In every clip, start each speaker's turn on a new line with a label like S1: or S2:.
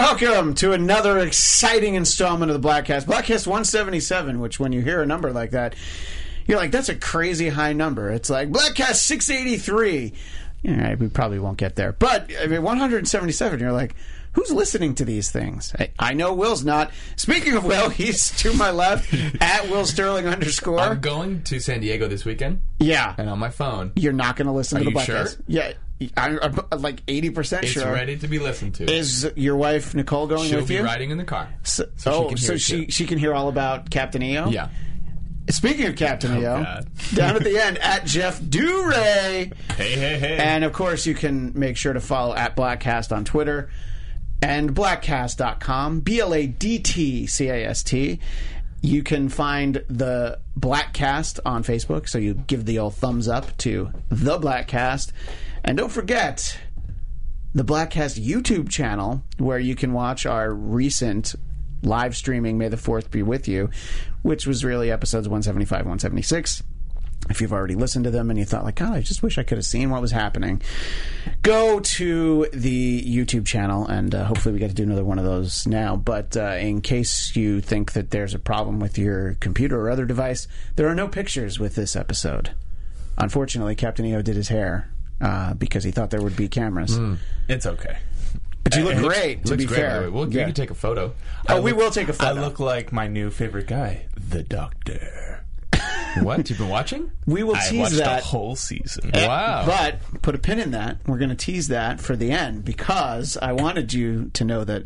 S1: Welcome to another exciting installment of the Blackcast. Blackcast 177, which when you hear a number like that, you're like, that's a crazy high number. It's like Blackcast 683. All right, we probably won't get there. But I mean, 177, you're like, who's listening to these things? I, I know Will's not. Speaking of Will, he's to my left at Will Sterling underscore.
S2: I'm going to San Diego this weekend,
S1: yeah.
S2: and on my phone,
S1: You're not going to listen to the
S2: you
S1: Blackcast.
S2: sure?
S1: Yeah. I, I'm uh, like 80%
S2: it's
S1: sure.
S2: ready to be listened to.
S1: Is your wife Nicole going
S2: She'll
S1: with
S2: be
S1: you?
S2: riding in the car.
S1: So,
S2: So she
S1: oh,
S2: can hear
S1: so
S2: it,
S1: she,
S2: too.
S1: she can hear all about Captain EO?
S2: Yeah. Oh,
S1: Speaking of Captain EO,
S2: God.
S1: down at the end, at Jeff Duray.
S2: Hey, hey, hey.
S1: And of course, you can make sure to follow at Blackcast on Twitter and blackcast.com, B L A D T C A S T. You can find the Blackcast on Facebook, so you give the old thumbs up to the Blackcast. And don't forget the Blackcast YouTube channel, where you can watch our recent live streaming May the 4th Be With You, which was really episodes 175, 176 if you've already listened to them and you thought like god i just wish i could have seen what was happening go to the youtube channel and uh, hopefully we get to do another one of those now but uh, in case you think that there's a problem with your computer or other device there are no pictures with this episode unfortunately captain eo did his hair uh, because he thought there would be cameras
S3: It's okay.
S1: but you look
S3: It looks-
S1: great to
S2: Hmm. Looks
S1: be
S2: great, by
S1: fair
S2: the way. We'll,
S1: Yeah.
S2: We can take a photo.
S1: oh we will take a
S3: I
S1: photo
S3: look like my new favorite guy, the Doctor.
S2: What? You've been watching?
S1: we will
S3: I
S1: tease
S3: watched
S1: that
S3: the whole season.
S2: Wow.
S1: But put a pin in that. We're going to tease that for the end because I wanted you to know that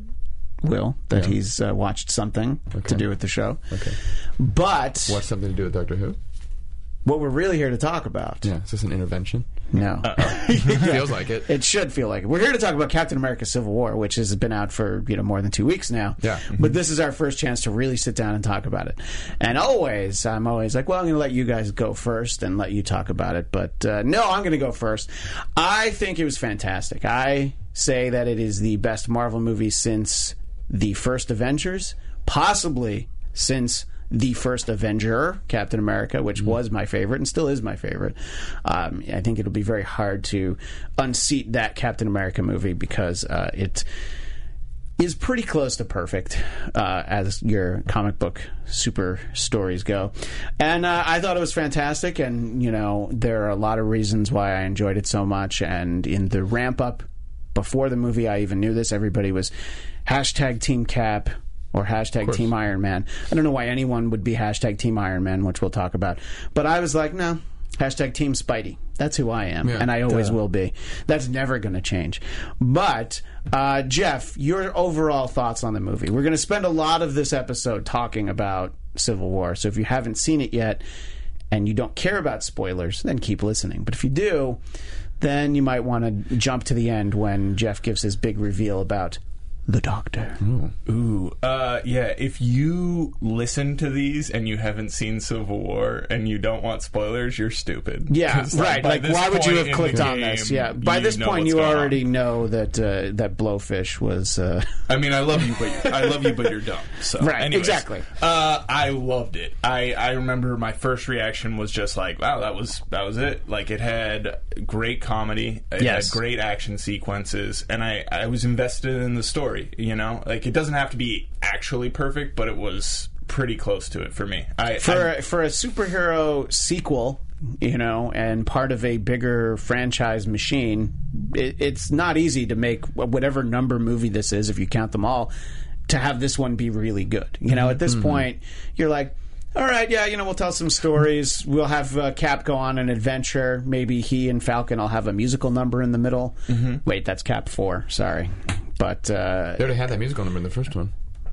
S1: Will that he's uh, watched something to do with the show.
S2: Okay.
S1: But
S2: What's something to do with Doctor Who?
S1: what we're really here to talk about?
S2: Yeah. Is this an intervention?
S1: No.
S2: Feels like it.
S1: It should feel like it. We're here to talk about Captain America: Civil War, which has been out for you know more than two weeks now.
S2: Yeah.
S1: But this is our first chance to really sit down and talk about it. And always, I'm always like, well, I'm going to let you guys go first and let you talk about it. But uh, no, I'm going to go first. I think it was fantastic. I say that it is the best Marvel movie since the first Avengers, possibly since the first Avenger, Captain America, which was my favorite and still is my favorite. Um, I think it'll be very hard to unseat that Captain America movie because uh, it is pretty close to perfect uh, as your comic book super stories go. And uh, I thought it was fantastic. And, you know, there are a lot of reasons why I enjoyed it so much. And in the ramp up before the movie, I even knew this. Everybody was hashtag Team Cap or hashtag Team Iron Man. I don't know why anyone would be hashtag Team Iron Man, which we'll talk about. But I was like, no. Hashtag Team Spidey. That's who I am, and I always will be. That's never going to change. But uh, Jeff, your overall thoughts on the movie? We're going to spend a lot of this episode talking about Civil War. So if you haven't seen it yet and you don't care about spoilers, then keep listening. But if you do, then you might want to jump to the end when Jeff gives his big reveal about the Doctor.
S3: Ooh, uh, yeah. If you listen to these and you haven't seen Civil War and you don't want spoilers, you're stupid.
S1: Yeah,
S3: 'Cause,
S1: right.
S3: by
S1: Like,
S3: this
S1: why would you
S3: point
S1: have
S3: in
S1: clicked
S3: the
S1: on this?
S3: game,
S1: Yeah. By this
S3: know
S1: point,
S3: what's
S1: you
S3: going on.
S1: already know that uh, that Blowfish was. Uh,
S3: I mean, I love you, but I love you, but you're dumb. So
S1: Right,
S3: anyways.
S1: exactly.
S3: Uh, I loved it. I I remember my first reaction was just like, wow, that was that was it. Like it had great comedy, it
S1: Yes.
S3: had great action sequences, and I I was invested in the story. You know, like it doesn't have to be actually perfect, but it was pretty close to it for me. I
S1: for for a superhero sequel, you know, and part of a bigger franchise machine, it, it's not easy to make wh- whatever number movie this is if you count them all. To have this one be really good, you know, at this point, you're like. All right, yeah, you know, we'll tell some stories. We'll have uh, Cap go on an adventure. Maybe he and Falcon will have a musical number in the middle. Wait, that's Cap 4, sorry. But uh,
S2: They already had that musical number in the first one,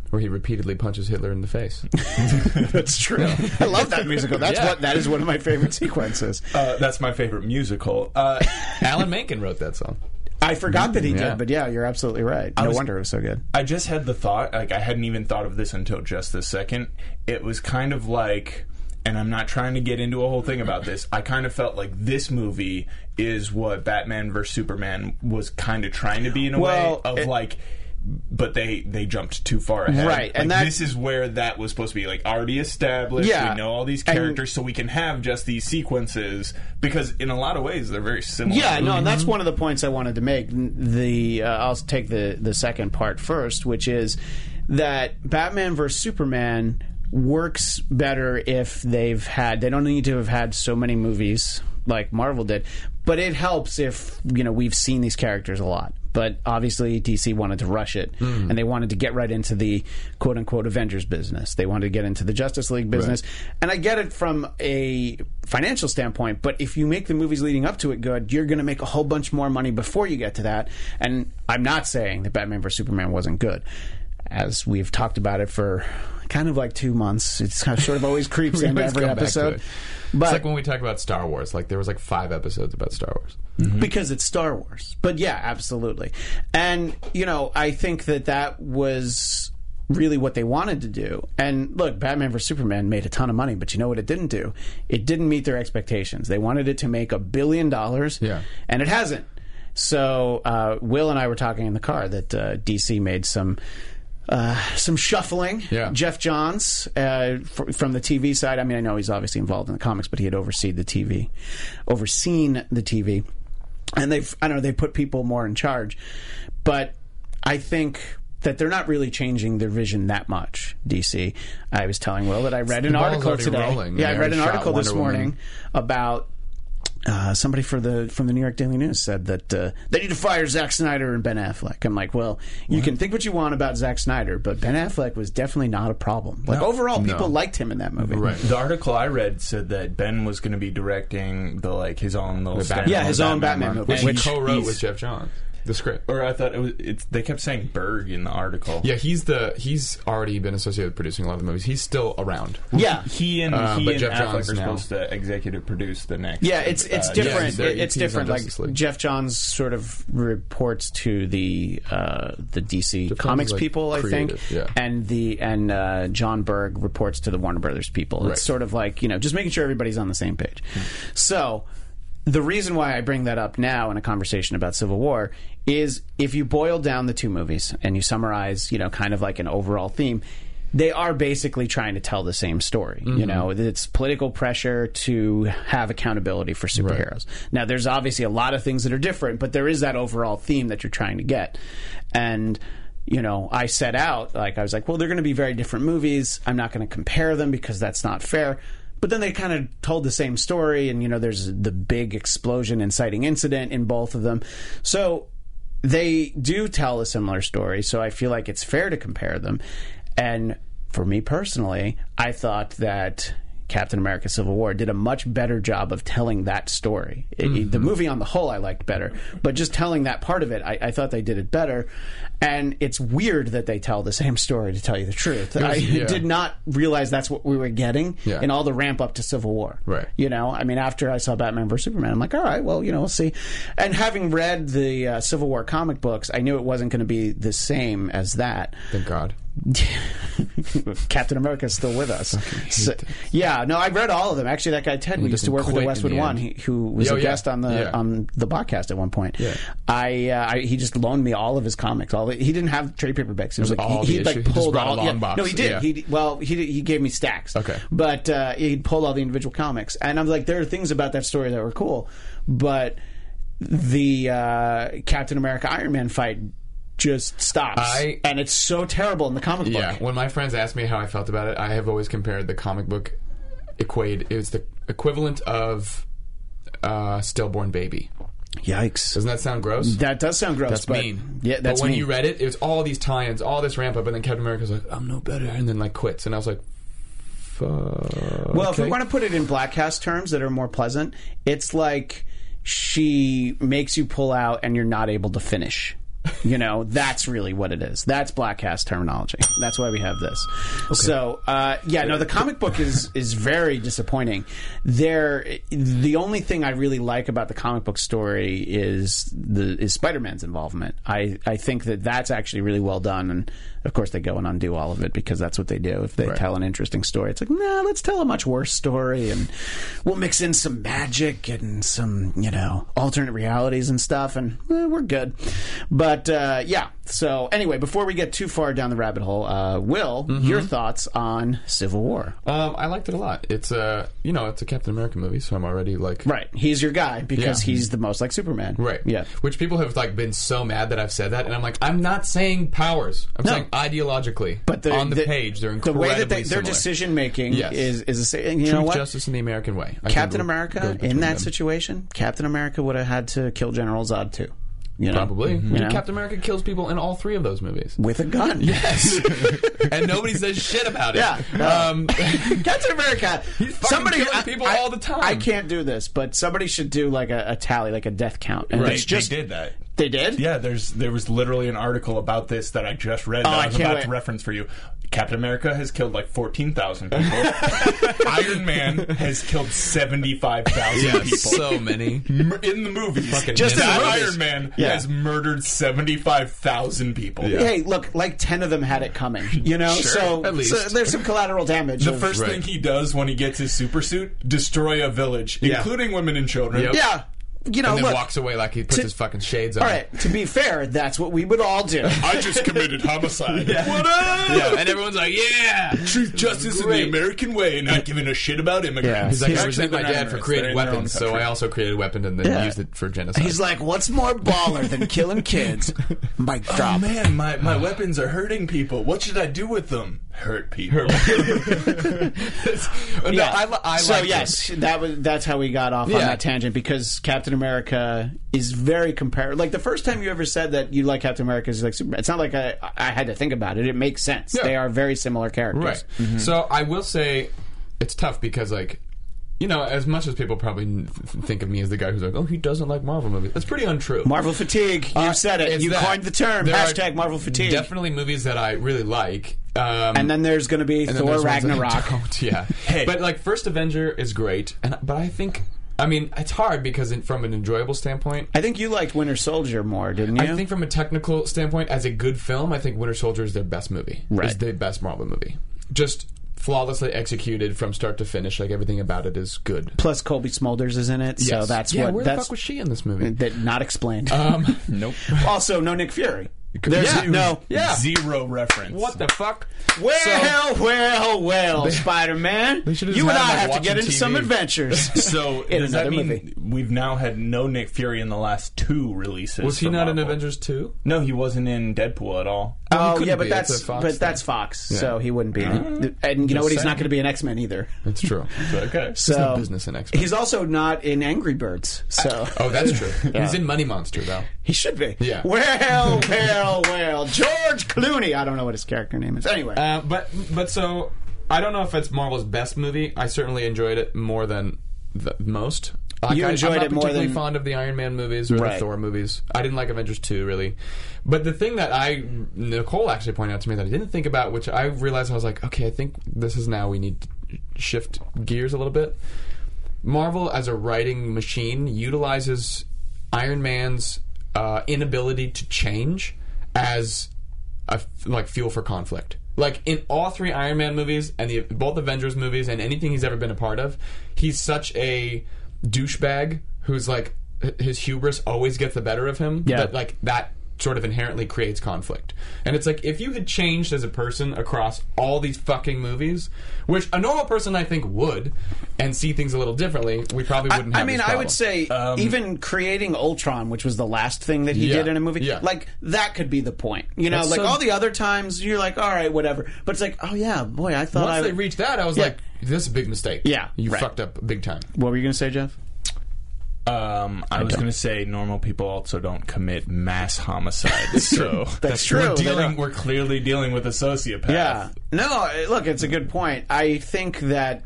S2: where he repeatedly punches Hitler in the face.
S1: that's true. I love that musical. That's
S2: Yeah.
S1: what that is one of my favorite sequences.
S3: Uh, that's my favorite musical. Uh,
S2: Alan Menken wrote that song.
S1: I forgot that he
S2: yeah.
S1: did, but yeah, you're absolutely right. No
S3: was-
S1: wonder it was so good.
S3: I just had the thought, like, I hadn't even thought of this until just this second. It was kind of like, and I'm not trying to get into a whole thing about this, I kind of felt like this movie is what Batman vs. Superman was kind of trying to be in a
S1: Well,
S3: way of
S1: it-
S3: like. but they they jumped too far ahead.
S1: Right, and
S3: and
S1: that-
S3: this is where that was supposed to be like already established.
S1: Yeah.
S3: we know all these
S1: And-
S3: characters, so we can have just these sequences because in a lot of ways they're very similar.
S1: Yeah, no, and that's one of the points I wanted to make. The uh, I'll take the the second part first, which is that Batman versus Superman works better if they've had they don't need to have had so many movies like Marvel did, but it helps if you know we've seen these characters a lot. But obviously, DC wanted to rush it, and they wanted to get right into the "quote unquote" Avengers business. They wanted to get into the Justice League business, and I get it from a financial standpoint. But if you make the movies leading up to it good, you're going to make a whole bunch more money before you get to that. And I'm not saying that Batman vs Superman wasn't good, as we've talked about it for kind of like two months. It's kind of sort of always creeps
S2: We
S1: into
S2: always
S1: every
S2: come back to
S1: episode,
S2: it.
S1: but
S2: It's like when we talk about Star Wars. Like there was like five episodes about Star Wars.
S1: because it's Star Wars. But yeah, absolutely. And you know, I think that that was really what they wanted to do. And look, Batman vs Superman made a ton of money, but you know what it didn't do? It didn't meet their expectations. They wanted it to make a billion dollars,
S2: Yeah.
S1: and it hasn't. So uh, Will and I were talking in the car that uh, DC made some. Uh, some shuffling.
S2: Yeah.
S1: Jeff Johns uh, fr- from the TV side. I mean, I know he's obviously involved in the comics, but he had overseen the TV, overseen the TV and they've I don't know they put people more in charge, but I think that they're not really changing their vision that much. DC, I was telling Will that I read an
S2: ball's
S1: article
S2: already
S1: today.
S2: rolling.
S1: Yeah,
S2: They
S1: I read
S2: already
S1: an
S2: shot
S1: article this
S2: Wonder Woman.
S1: morning about. Uh, somebody for the from the New York Daily News said that uh, they need to fire Zack Snyder and Ben Affleck. I'm like, well, you can think what you want about Zack Snyder, but Ben Affleck was definitely not a problem. Like overall, people liked him in that movie.
S2: Right.
S3: The article I read said that Ben was going to be directing the like his own little
S2: Batman.
S3: standalone
S1: Yeah, his own Batman movie.
S2: Which
S1: And
S2: he
S1: he's-
S2: co-wrote with Jeff Johns. The script.
S3: Or I thought it was. It's, they kept saying Berg in the article.
S2: Yeah, he's the he's already been associated with producing a lot of the movies. He's still around.
S1: Yeah,
S3: He and
S2: Uh,
S3: he
S2: but
S3: and
S2: Jeff
S3: Affleck
S2: Johns
S3: are
S2: now.
S3: supposed to executive produce the next.
S1: Yeah, it's it's
S3: uh,
S1: different.
S2: yeah,
S1: It- it's
S2: ET's on
S1: different.
S2: Justice
S1: Like
S2: League.
S1: Jeff Johns sort of reports to the uh, the DC
S2: Johns
S1: comics
S2: is, like,
S1: people, I think,
S2: creative, yeah.
S1: and the and uh, John Berg reports to the Warner Brothers people.
S2: Right.
S1: It's sort of like you know just making sure everybody's on the same page. So. The reason why I bring that up now in a conversation about Civil War is if you boil down the two movies and you summarize, you know, kind of like an overall theme, they are basically trying to tell the same story. You know, it's political pressure to have accountability for superheroes. Now, there's obviously a lot of things that are different, but there is that overall theme that you're trying to get. And you know, I set out like I was like, well, they're going to be very different movies. I'm not going to compare them because that's not fair. But then they kind of told the same story, and you know, there's the big explosion inciting incident in both of them. So they do tell a similar story, so I feel like it's fair to compare them. And for me personally, I thought that Captain America Civil War did a much better job of telling that story. It- it-
S2: Mm-hmm.
S1: the movie on the whole I liked better, but just telling that part of it, I, I thought they did it better. And it's weird that they tell the same story, to tell you the truth. I
S2: yeah.
S1: did not realize that's what we were getting
S2: Yeah.
S1: in all the ramp up to Civil War.
S2: Right.
S1: You know, I mean, after I saw Batman vs Superman, I'm like, all right, well, you know, we'll see. And having read the uh, Civil War comic books, I knew it wasn't going to be the same as that.
S2: Thank God.
S1: Captain America's still with us. So- yeah, no, I read all of them. Actually, that guy Ted, we used to
S2: doesn't
S1: work with at
S2: quit in
S1: Westwood
S2: the
S1: One,
S2: end.
S1: he, who was
S2: Yeah,
S1: a
S2: yeah.
S1: guest on the
S2: Yeah.
S1: on the podcast at one point.
S2: Yeah.
S1: I, uh, I he just loaned me all of his comics. All the, he didn't have trade paperbacks. It was, like
S2: was all
S1: he, he
S2: the
S1: like
S2: issue. He just
S1: pulled
S2: brought a
S1: all.
S2: long
S1: yeah.
S2: box.
S1: No, he did.
S2: Yeah.
S1: He well, he did- he gave me stacks.
S2: Okay.
S1: but uh, he pulled all the individual comics, and I'm like, there are things about that story that were cool, but the uh, Captain America Iron Man fight just stops,
S2: I-
S1: and it's so terrible in the comic
S2: Yeah.
S1: book.
S2: When my friends ask me how I felt about it, I have always compared the comic book equate it's the equivalent of uh, stillborn baby.
S1: Yikes!
S2: Doesn't that sound gross?
S1: That does sound gross.
S2: That's
S1: but,
S2: mean.
S1: Yeah, that's
S2: But when
S1: mean.
S2: you read it, it was all these tie-ins, all this ramp up, and then Captain America's like, "I'm no better," and then like quits, and I was like, "Fuck."
S1: well, if we want to put it in blackcast terms that are more pleasant, it's like she makes you pull out and you're not able to finish. You know, that's really what it is. That's blackcast terminology. That's why we have this. So, uh, yeah, no, the comic book is is very disappointing. There, the only thing I really like about the comic book story is the is Spider Man's involvement. I I think that that's actually really well done, and of course they go and undo all of it because that's what they do. If they tell an interesting story, it's like, nah, let's tell a much worse story, and we'll mix in some magic and some you know alternate realities and stuff, and eh, we're good. But But uh, yeah. So anyway, before we get too far down the rabbit hole, uh, Will,
S2: Mm-hmm.
S1: your thoughts on Civil War?
S2: Um, I liked it a lot. It's a you know it's a Captain America movie, so I'm already like
S1: Right. He's your guy because
S2: Yeah.
S1: he's the most like Superman.
S2: Right.
S1: Yeah.
S2: Which people have like been so mad that I've said that, and I'm like, I'm not saying powers. I'm
S1: No.
S2: saying ideologically.
S1: But the,
S2: on the, page, they're
S1: the
S2: incredibly
S1: way that they, their
S2: similar.
S1: decision making
S2: Yes.
S1: is is the same. You know
S2: Truth,
S1: what?
S2: justice in the American way. I
S1: Captain
S2: think would go
S1: America
S2: between
S1: in that
S2: them.
S1: situation, Captain America would have had to kill General Zod too. You know?
S2: Probably.
S1: You know?
S2: Captain America kills people in all three of those movies.
S1: with a gun.
S2: Yes. and nobody says shit about it.
S1: Yeah.
S2: Um,
S1: Captain America.
S2: fucking killing people all the time.
S1: I can't do this, but somebody should do like a, a tally, like a death count. And
S3: They,
S1: it's just
S3: they did that.
S1: They did.
S3: Yeah, there's there was literally an article about this that I just read that
S1: Oh, I
S3: I was
S1: can't
S3: about
S1: wait.
S3: to reference for you. Captain America has killed like fourteen thousand people. Iron Man has killed seventy five thousand people.
S2: so many.
S3: M- in the movies,
S2: Just in
S3: that
S1: the movies.
S3: Iron Man
S1: Yeah.
S3: has murdered seventy five thousand people.
S1: Hey, look, like ten of them had it coming. You know, so,
S2: at least.
S1: so there's some collateral damage.
S3: The
S1: of-
S3: first
S2: Right.
S3: thing he does when he gets his super suit, destroy a village,
S1: Yeah.
S3: including women and children.
S2: Yep.
S1: yeah, you know,
S2: And then
S1: look.
S2: walks away like he puts his fucking shades on.
S1: all right, to be fair, that's what we would all do.
S3: I just committed homicide.
S2: What up? Yeah, and everyone's like, yeah.
S3: Truth, justice in
S2: Great.
S3: the American way, and not giving a shit about
S1: He's
S3: immigrants.
S2: He's like,
S1: He's
S2: I resent my dad for creating weapons, so I also created a weapon and then
S1: Yeah.
S2: used it for genocide.
S1: He's like, "What's more baller than killing kids?" Mic
S3: Oh
S1: drop.
S3: man, my, my weapons are hurting people. What should I do with them? Hurt people.
S2: no,
S1: Yeah.
S2: I, li- I
S1: so
S2: liked it.
S1: yes, that was that's how we got off on
S2: Yeah.
S1: that tangent because Captain America is very comparable. Like the first time you ever said that you like Captain America is like Superman. It's not like I, I had to think about it. It makes sense.
S2: Yeah.
S1: They are very similar characters.
S2: Right. So I will say it's tough because, like, you know, as much as people probably th- think of me as the guy who's like, oh, he doesn't like Marvel movies, that's pretty untrue.
S1: Marvel fatigue. You
S2: Uh,
S1: said it.
S2: it's
S1: You
S2: that.
S1: coined the term.
S2: There are
S1: Hashtag Marvel fatigue.
S2: Definitely movies that I really like. Um,
S1: and then there's going to be
S2: and then
S1: Thor
S2: there's ones that I
S1: Ragnarok.
S2: don't, yeah.
S3: Hey.
S2: But, like, First Avenger is great, and but I think, I mean, it's hard because in, from an enjoyable standpoint,
S1: I think you liked Winter Soldier more, didn't you?
S2: I think from a technical standpoint, as a good film, I think Winter Soldier is their best movie.
S1: Right.
S2: It's the best Marvel movie. Just flawlessly executed from start to finish. Like everything about it is good.
S1: Plus, Colby Smulders is in it, so
S2: Yes.
S1: that's
S2: yeah,
S1: what
S2: Where the
S1: that's Mm.
S2: fuck was she in this movie?
S1: that not explained.
S2: Um, nope.
S1: also, no Nick Fury. There's
S2: Yeah.
S1: no
S2: Yeah.
S3: Zero reference.
S2: What the fuck?
S1: Well, well, well, Spider Man.
S2: they should've
S1: You
S2: just
S1: and
S2: had
S1: I
S2: him, like,
S1: have to get
S2: watching
S1: into some
S2: TV.
S1: adventures.
S3: So
S1: In
S3: does that
S1: another
S3: mean
S1: movie.
S3: we've now had no Nick Fury in the last two releases?
S2: was he
S3: for
S2: not in
S3: Marvel?
S2: Avengers two?
S3: No, he wasn't in Deadpool at all.
S1: oh
S2: couldn't
S1: yeah, but
S2: be.
S1: that's
S2: It's a Fox
S1: but
S2: thing.
S1: that's Fox, so he wouldn't be. in it. And you know what? He's not
S3: saying.
S1: going to be an X Men either.
S2: That's true.
S3: Okay.
S1: So
S2: no business in X-Men.
S1: He's also not in Angry Birds, so
S2: Oh, that's true. He's in Money Monster though.
S1: he should be.
S2: Yeah.
S1: Well, well, well. George Clooney. I don't know what his character name is. Anyway.
S2: Uh, but but so I don't know if it's Marvel's best movie. I certainly enjoyed it more than the most. Like,
S1: You
S2: I,
S1: enjoyed
S2: I'm not
S1: it more
S2: particularly
S1: than-
S2: fond of the Iron Man movies or
S1: Right.
S2: the Thor movies. I didn't like Avengers two really. But the thing that I Nicole actually pointed out to me that I didn't think about, which I realized I was like, okay, I think this is now we need to shift gears a little bit. Marvel as a writing machine utilizes Iron Man's uh, inability to change as a f like fuel for conflict. Like in all three Iron Man movies and the both Avengers movies and anything he's ever been a part of, he's such a douchebag who's like h- his hubris always gets the better of him.
S1: Yeah.
S2: That like that sort of inherently creates conflict. And it's like if you had changed as a person across all these fucking movies, which a normal person I think would, and see things a little differently, we probably wouldn't.
S1: I
S2: have
S1: mean,
S2: this
S1: I
S2: problem. Um,
S1: would say even creating Ultron, which was the last thing that he
S2: Yeah,
S1: did in a movie,
S2: yeah.
S1: like that could be the point. You know,
S2: That's
S1: like
S2: so-
S1: all the other times, you're like, all right, whatever. But it's like, oh yeah, boy, I thought
S2: once
S1: I.
S2: they reached that, I was like, "This is a big mistake.
S1: Yeah,
S2: you
S1: right.
S2: fucked up big time."
S1: what were you gonna say, Jeff?
S3: Um, I, was going to say normal people also don't commit mass homicide. so
S1: That's true.
S3: We're,
S1: They
S3: dealing,
S1: don't.
S3: we're clearly dealing with a
S2: Uh,
S3: sociopath.
S1: Yeah. No, look, it's a good point. I think that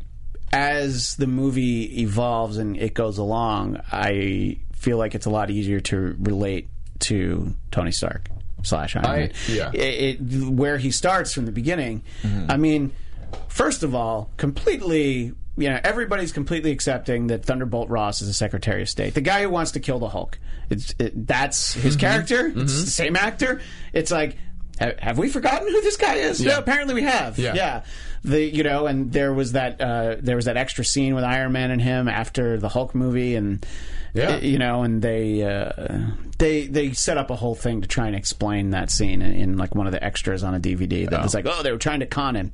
S1: as the movie evolves and it goes along, I feel like it's a lot easier to relate to Tony Stark slash Iron
S2: I-
S1: Man.
S2: yeah. Mm-hmm.
S1: It, it- where he starts from the beginning. I mean, first of all, completely. You know, everybody's completely accepting that Thunderbolt Ross is a Secretary of State, the guy who wants to kill the Hulk. It's it, that's
S2: Mm-hmm.
S1: his character. It's the same actor. It's like, ha- have we forgotten who this guy is? No,
S2: Yeah.
S1: apparently we have.
S2: Yeah.
S1: The you know, and there was that uh, there was that extra scene with Iron Man and him after the Hulk movie, and
S2: Yeah.
S1: you know, and they uh, they they set up a whole thing to try and explain that scene in, in like one of the extras on a DVD that was like, oh, they were trying to con him.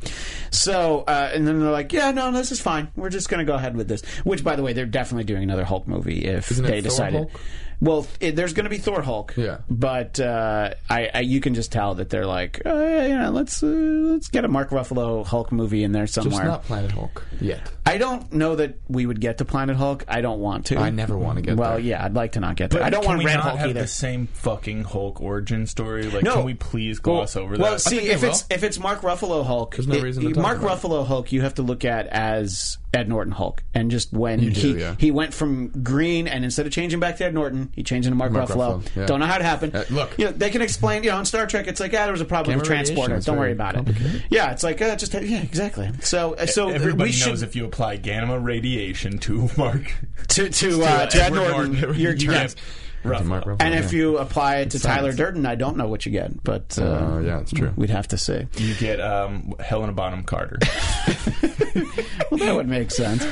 S1: So uh, and then they're like, yeah, no, this is fine. We're just going to go ahead with this. Which, by the way, they're definitely doing another Hulk movie if
S2: Isn't it
S1: they
S2: Thor
S1: decided.
S2: Hulk?
S1: Well, it, there's going to be Thor Hulk.
S2: Yeah.
S1: But uh, I, I, you can just tell that they're like, oh, yeah, you know, let's uh, let's get a Mark Ruffalo Hulk movie in there
S2: Just
S1: somewhere.
S2: not Planet Hulk yet.
S1: I don't know that we would get to Planet Hulk. I don't want to.
S2: I never want to get
S1: Well,
S2: there.
S1: yeah, I'd like to not get there.
S3: But
S1: I don't
S3: can
S1: want
S3: we
S1: Red
S3: not
S1: Hulk
S3: have
S1: either.
S3: the same fucking Hulk origin story. Like,
S1: No.
S3: can we please gloss over that?
S1: well, see,
S2: think they
S1: if it's
S2: will.
S1: if it's Mark Ruffalo Hulk,
S2: There's no
S1: it-
S2: reason to talk
S1: Mark
S2: about
S1: Ruffalo Hulk, you have to look at as Ed Norton Hulk, and just when
S2: do,
S1: he
S2: yeah.
S1: he went from green, and instead of changing back to Ed Norton, he changed into Mark,
S2: Mark
S1: Ruffalo.
S2: Ruffalo, yeah.
S1: Don't know how it happened.
S2: Uh, look.
S1: you know, they can explain. You know, on Star Trek, it's like, ah, there was a problem with
S2: Gamma radiation,
S1: transporter.
S2: it's
S1: Don't worry
S2: very
S1: about it.
S2: complicated.
S1: Yeah, it's like uh, just yeah, exactly. So uh, so uh, we
S3: Everybody knows
S1: should
S3: if you apply gamma radiation to Mark,
S1: to to, uh, to Ed
S3: Edward
S1: Norton, you're
S3: you
S1: yes.
S3: get rough.
S2: Mark Ruffalo,
S1: And if
S2: yeah.
S1: you apply it to Tyler
S2: science.
S1: Durden, I don't know what you get, but uh,
S2: Uh, yeah, it's true.
S1: we'd have to see.
S3: You get um, Helena Bonham Carter.
S1: Well, that would make sense.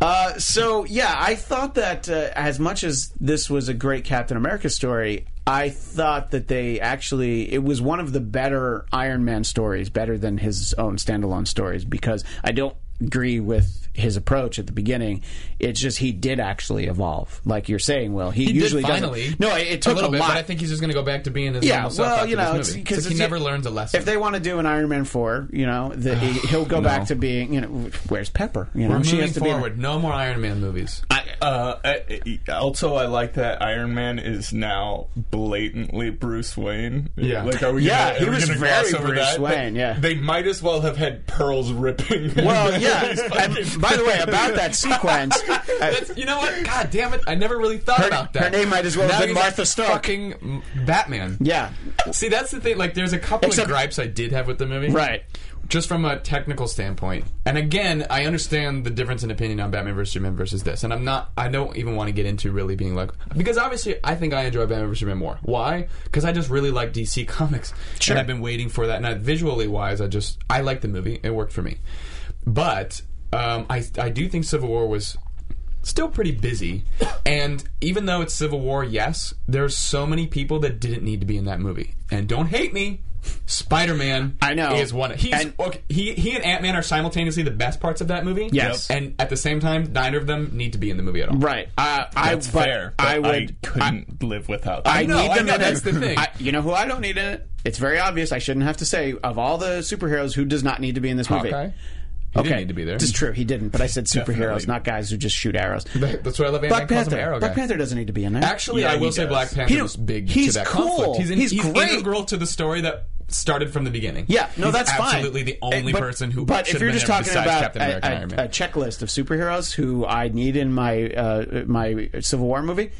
S1: Uh, so, yeah, I thought that uh, as much as this was a great Captain America story, I thought that they actually it was one of the better Iron Man stories, better than his own standalone stories, because I don't agree with his approach at the beginning. It's just he did actually evolve, like you're saying. Will he,
S2: did
S1: usually doesn't-
S2: finally.
S1: No, it, it took a,
S2: a little bit,
S1: lot.
S2: but I think he's just going to go back to being his
S1: Yeah,
S2: normal self
S1: well,
S2: after
S1: you know, it's-
S2: this movie.
S1: 'cause
S2: It's like
S1: it's-
S2: he never learns a lesson.
S1: if they want to do an Iron Man four, you know, the, he'll go back to being. You know, where's Pepper? You know,
S2: We're
S1: she
S2: moving
S1: has to be. in-
S2: forward. No more Iron Man movies.
S3: Uh, I, I- also, I like that Iron Man is now blatantly Bruce Wayne.
S2: Yeah.
S3: like are we?
S1: Yeah,
S3: gonna,
S1: he
S3: are we
S1: was
S3: gonna
S1: very
S3: gloss over
S1: Bruce
S3: that?
S1: Wayne, yeah.
S3: they might as well have had pearls ripping.
S1: Well, yeah. And by the way, about that sequence, uh,
S2: That's, you know what? God damn it! I never really thought
S1: Her-
S2: about that.
S1: her name might as well have
S2: Now
S1: been
S2: he's
S1: Martha
S2: like
S1: Stark.
S2: Fucking m- Batman.
S1: yeah,
S2: See, that's the thing. Like, there's a couple
S1: Except-
S2: of gripes I did have with the movie.
S1: Right.
S2: Just from a technical standpoint. And again, I understand the difference in opinion on Batman versus Superman versus this. And I'm not, I don't even want to get into really being like, because obviously I think I enjoy Batman versus Superman more. Why? Because I just really like DC comics.
S1: Sure.
S2: And I've been waiting for that. And I, visually wise, I just, I like the movie. It worked for me. But um, I, I do think Civil War was still pretty busy. And even though it's Civil War, yes, there's so many people that didn't need to be in that movie. And don't hate me, Spider Man.
S1: I know.
S2: is one. He's
S1: And-
S2: okay, he he and Ant Man are simultaneously the best parts of that movie.
S1: Yes. Yep.
S2: and at the same time, neither of them need to be in the movie at all.
S1: right. Uh, I
S3: That's
S1: but
S3: fair. but
S1: I would. I,
S3: couldn't live without.
S1: I
S3: that.
S2: know,
S1: need
S2: I
S1: them.
S2: know,
S1: in
S2: that's
S1: it.
S2: the thing.
S1: I, you know who I don't need in it? It's very obvious. I shouldn't have to say of all the superheroes who does not need to be in this
S2: Hawkeye?
S1: movie.
S2: He
S1: okay,
S2: didn't need to be there.
S1: It's true. He didn't. But I said superheroes,
S3: Definitely.
S1: not guys who just shoot arrows.
S2: That's what I love. Ant Man
S1: Black
S2: calls him Arrow
S1: Panther. Black
S2: guy.
S1: Panther doesn't need to be in there.
S2: Actually,
S3: Yeah,
S2: I
S3: he
S2: will say
S3: does.
S2: Black
S1: He
S2: Panther
S1: don't-
S2: was big
S1: he's
S2: to that
S1: cool.
S2: conflict. He's, in,
S1: He's
S2: he's,
S1: great.
S2: integral to the story that started from the beginning.
S1: Yeah, no,
S2: He's
S1: that's fine.
S2: absolutely the
S1: Uh,
S2: only
S1: but-
S2: person who.
S1: But if
S2: should've
S1: you're
S2: been
S1: just
S2: there
S1: talking
S2: besides
S1: about
S2: Captain America and Iron
S1: a,
S2: Man.
S1: a, a checklist of superheroes who I need in my uh, my Civil War movie,